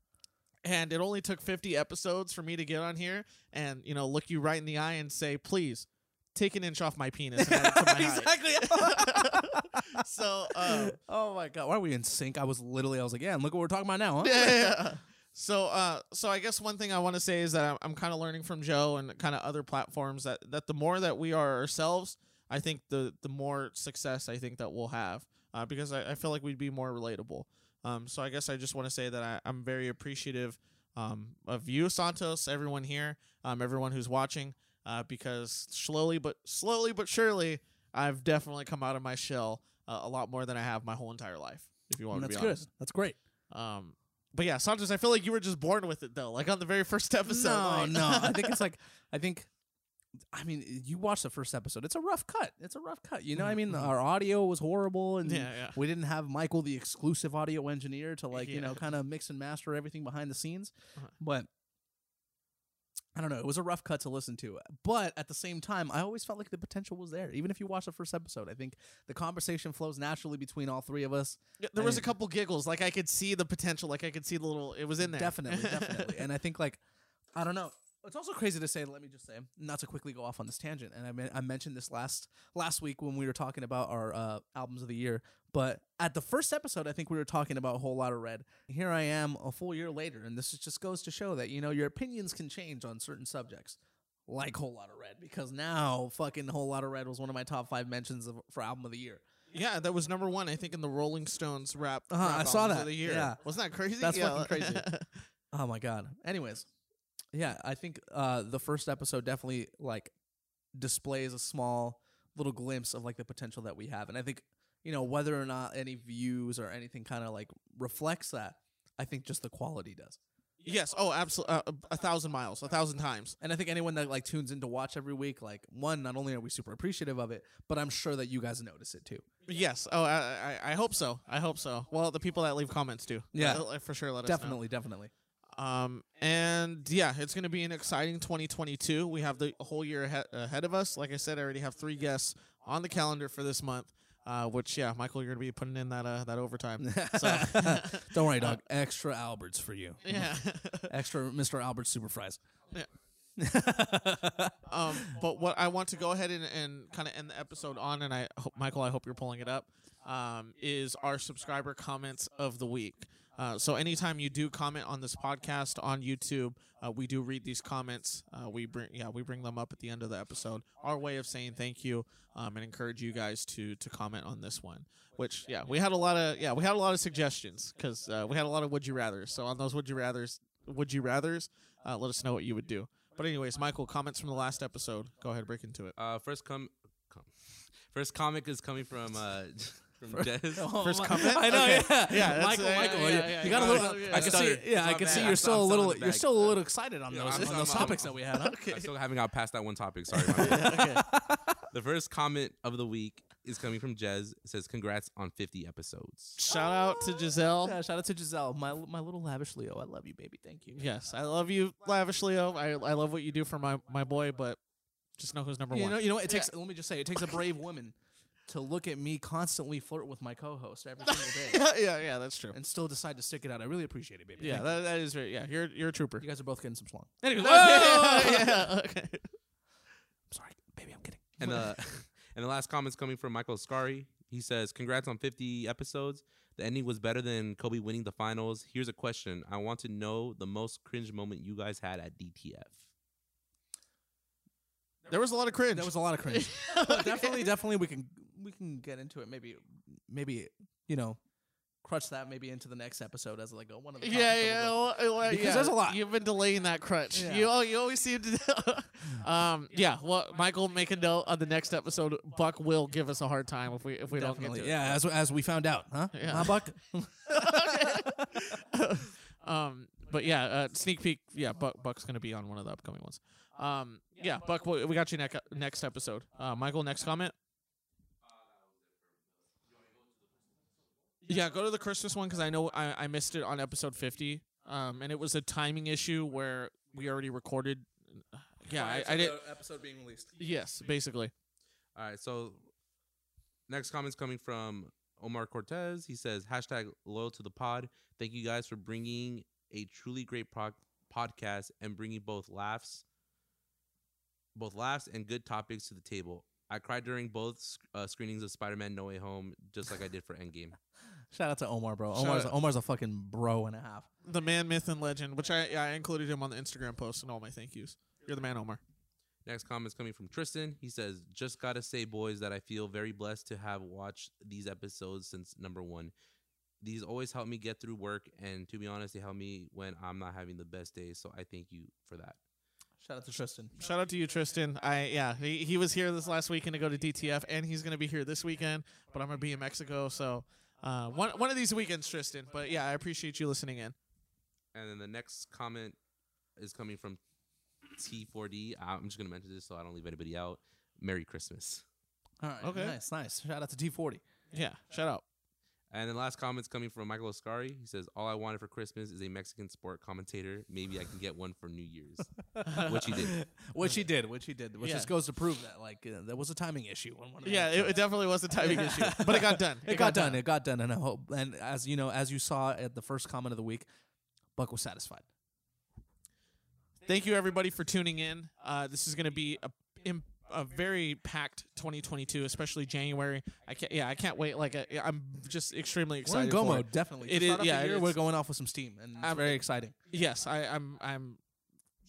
S2: And it only took 50 episodes for me to get on here and, you know, look you right in the eye and say, "Please, take an inch off my penis." And add it to my height." so, um,
S1: oh my god, why are we in sync? I was literally, I was like, yeah, and look what we're talking about now, huh?
S2: Yeah. So, uh, so I guess one thing I want to say is that I'm, I'm kind of learning from Joe and kind of other platforms that that the more that we are ourselves, I think the the more success I think that we'll have uh, because I, I feel like we'd be more relatable. Um, so I guess I just want to say that I, I'm very appreciative um, of you, Santos, everyone here, um, everyone who's watching, uh, because slowly but slowly but surely, I've definitely come out of my shell uh, a lot more than I have my whole entire life. If you want
S1: And
S2: to be
S1: that's
S2: honest.
S1: good. That's great.
S2: Um, but yeah, Santos, I feel like you were just born with it though. Like on the very first episode.
S1: No,
S2: like-
S1: no. I think it's like I think I mean, you watch the first episode. It's a rough cut. It's a rough cut. You know, what I mean,
S2: Mhm.
S1: our audio was horrible, and
S2: yeah, yeah.
S1: we didn't have Michael, the exclusive audio engineer, to like you
S2: Yeah.
S1: know kind of mix and master everything behind the scenes.
S2: Uh-huh.
S1: But I don't know. It was a rough cut to listen to, but at the same time, I always felt like the potential was there. Even if you watch the first episode, I think the conversation flows naturally between all three of us.
S2: Yeah, There was a
S1: and-
S2: couple giggles. Like I could see the potential. Like I could see the little. It was in there.
S1: Definitely, definitely. and I think like I don't know. It's also crazy to say. Let me just say, not to quickly go off on this tangent. And I men- I mentioned this last last week when we were talking about our uh, albums of the year. But at the first episode, I think we were talking about a whole lot of red. Here I am, a full year later, and this is- just goes to show that you know your opinions can change on certain subjects, like whole lot of red. Because now, fucking whole lot of red was one of my top five mentions of, for album of the year.
S2: yeah, that was number one. I think in the Rolling Stones rap.
S1: Uh-huh,
S2: rap
S1: I saw
S2: albums
S1: that,
S2: Of the year.
S1: yeah.
S2: Wasn't that crazy?
S1: That's
S2: yeah.
S1: fucking crazy. Oh my god. Anyways, yeah, I think uh the first episode definitely like displays a small little glimpse of like the potential that we have. And I think, you know, whether or not any views or anything kind of like reflects that, I think just the quality does.
S2: yes. Oh, absolutely. Uh, a thousand miles. A thousand times.
S1: And I think anyone that like tunes in to watch every week, like one, not only are we super appreciative of it, but I'm sure that you guys notice it too.
S2: Yes. Oh, I, I, I hope so. I hope so. Well, the people that leave comments do.
S1: Yeah.
S2: Uh, for sure. Let us know.
S1: definitely, definitely.
S2: Um, and yeah, it's going to be an exciting 2022. We have the whole year ahead, ahead of us. Like I said, I already have three guests on the calendar for this month. Uh, which yeah, Michael, you're going to be putting in that uh, that overtime. So
S1: Don't worry, dog. Extra Alberts for you.
S2: yeah.
S1: Extra Mr. Albert super fries.
S2: Yeah.
S1: Yeah.
S2: um, but what I want to go ahead and, and kind of end the episode on, and I hope, Michael, I hope you're pulling it up, um, is our subscriber comments of the week. Uh, so anytime you do comment on this podcast on YouTube, uh, we do read these comments. Uh, we bring yeah we bring them up at the end of the episode. Our way of saying thank you um, and encourage you guys to to comment on this one. Which yeah we had a lot of yeah we had a lot of suggestions because uh, we had a lot of would you rather's. So on those would you rather's would you rather's, uh, let us know what you would do. But anyways, Michael, comments from the last episode. Go ahead, break into it.
S3: Uh, first com, com, first comic is coming from uh from Des.
S1: Oh,
S2: First comment?
S1: I know.
S2: Okay.
S1: Yeah.
S2: Yeah, that's-
S1: Michael.
S2: yeah,
S1: Michael.
S2: yeah,
S1: you-
S2: yeah,
S1: you got a
S3: yeah.
S1: little.
S2: Yeah.
S1: I can see.
S3: Stuttered.
S1: Yeah, I
S3: My
S1: can
S3: bad.
S1: see
S3: I
S1: you're
S3: saw-
S1: still a
S3: I saw
S1: little.
S3: in the
S1: You're
S3: back.
S1: still a little excited on
S3: Yeah,
S1: those
S3: I'm-
S1: on
S3: I'm-
S1: those
S3: I'm-
S1: topics that we had. huh?
S3: I still haven't got past that one topic. Sorry. my bad. the first comment of the week is coming from Jez. It says, "Congrats on 50 episodes."
S2: Shout out to Giselle.
S1: Yeah, shout out to Giselle, my my little lavish Leo. I love you, baby. Thank you.
S2: Yes, I love you, lavish Leo. I, I love what you do for my, my boy, but just know who's number
S1: You
S2: one.
S1: know. You know. what? It takes. Let me just say, it takes a brave woman to look at me constantly flirt with my co-host every single day
S2: yeah, yeah, yeah, that's true.
S1: and still decide to stick it out. I really appreciate it, baby.
S2: Yeah,
S1: Thank you.
S2: that, that is right. Yeah, you're you're a trooper.
S1: you guys are both getting some slung.
S2: Anyway,
S1: Whoa!
S2: yeah, okay.
S1: I'm sorry, baby. I'm kidding.
S3: And uh, and the last comment's coming from Michael Scari. He says, "Congrats on 50 episodes. The ending was better than Kobe winning the finals. Here's a question: I want to know the most cringe moment you guys had at DTF."
S2: There was a lot of cringe.
S1: That was a lot of cringe. But definitely, definitely, we can we can get into it. Maybe, maybe you know, crutch that maybe into the next episode as like a, one of the
S2: Yeah,
S1: topics
S2: yeah,
S1: that
S2: well, uh, well,
S1: Because
S2: yeah.
S1: there's a lot.
S2: You've been delaying that crutch.
S1: Yeah.
S2: You al- you always seem to. um, yeah. Well, Michael, make a note on the next episode. Buck will give us a hard time if we if we
S1: we'll-
S2: don't
S1: definitely.
S2: get to
S1: yeah, as as we found out, huh?
S2: Yeah.
S1: Huh, Buck.
S2: it. um, but yeah, uh, sneak peek. Yeah, Buck Buck's gonna be on one of the upcoming ones. Um, yeah, Buck, we, we got you next next episode. Uh, Michael, next comment. Yeah, go to the Christmas one because I know I, I missed it on episode 50. Um, and it was a timing issue where we already recorded. yeah, I, I did.
S1: episode being released.
S2: Yes, basically.
S3: All right, so next comment's coming from Omar Cortez. He says, hashtag loyal to the pod. Thank you guys for bringing a truly great pro- podcast and bringing both laughs, both laughs and good topics to the table. I cried during both sc- uh, screenings of Spider-Man No Way Home, just like I did for Endgame.
S1: Shout out to Omar, bro.
S2: Shout
S1: Omar's
S2: out.
S1: Omar's a fucking bro and a half.
S2: The man, myth, and legend, which I I included him on the Instagram post and all my thank yous. You're the man, Omar.
S3: Next comment's coming from Tristan. He says, Just gotta say, boys, that I feel very blessed to have watched these episodes since number one. These always help me get through work, and to be honest, they help me when I'm not having the best day. So I thank you for that.
S1: Shout out to Tristan.
S2: Shout out to you, Tristan. I yeah, he, he was here this last weekend to go to DTF, and he's gonna be here this weekend. But I'm gonna be in Mexico, so uh, one one of these weekends, Tristan. But yeah, I appreciate you listening in.
S3: And then the next comment is coming from T4D. I'm just gonna mention this so I don't leave anybody out. Merry Christmas.
S1: All right.
S2: Okay.
S1: Nice, nice. Shout out to T40.
S2: Yeah, shout out.
S3: And then last comment's coming from Michael Oscari. He says, All I wanted for Christmas is a Mexican sport commentator. Maybe I can get one for New Year's. Which he did.
S1: Which he did, which he did, which
S2: Yeah.
S1: just goes to prove that like uh, there was a timing issue. On one of the
S2: Yeah, it,
S1: episodes.
S2: it definitely was a timing issue, but it got done.
S1: It, got, done. It got done, and I hope. And as you know, as you saw at the first comment of the week, Buck was satisfied.
S2: Thank you everybody for tuning in. Uh, this is gonna be a im- a very packed 2022, especially January. I can't. Yeah, I can't wait. Like I, I'm just extremely
S1: We're in
S2: excited.
S1: go
S2: for it.
S1: mode, definitely.
S2: It
S1: To
S2: is-
S1: start off the
S2: yeah,
S1: year,
S2: it's-
S1: we're going off with some steam, and it's
S2: I'm-
S1: very exciting.
S2: Yes, I, I'm I'm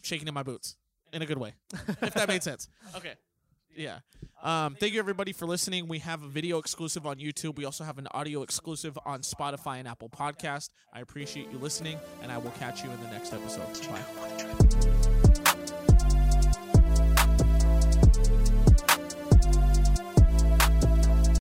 S2: shaking in my boots in a good way, if that made sense. Okay. Yeah. Um, thank you everybody for listening. We have a video exclusive on YouTube. We also have an audio exclusive on Spotify and Apple Podcast. I appreciate you listening, and I will catch you in the next episode. Bye.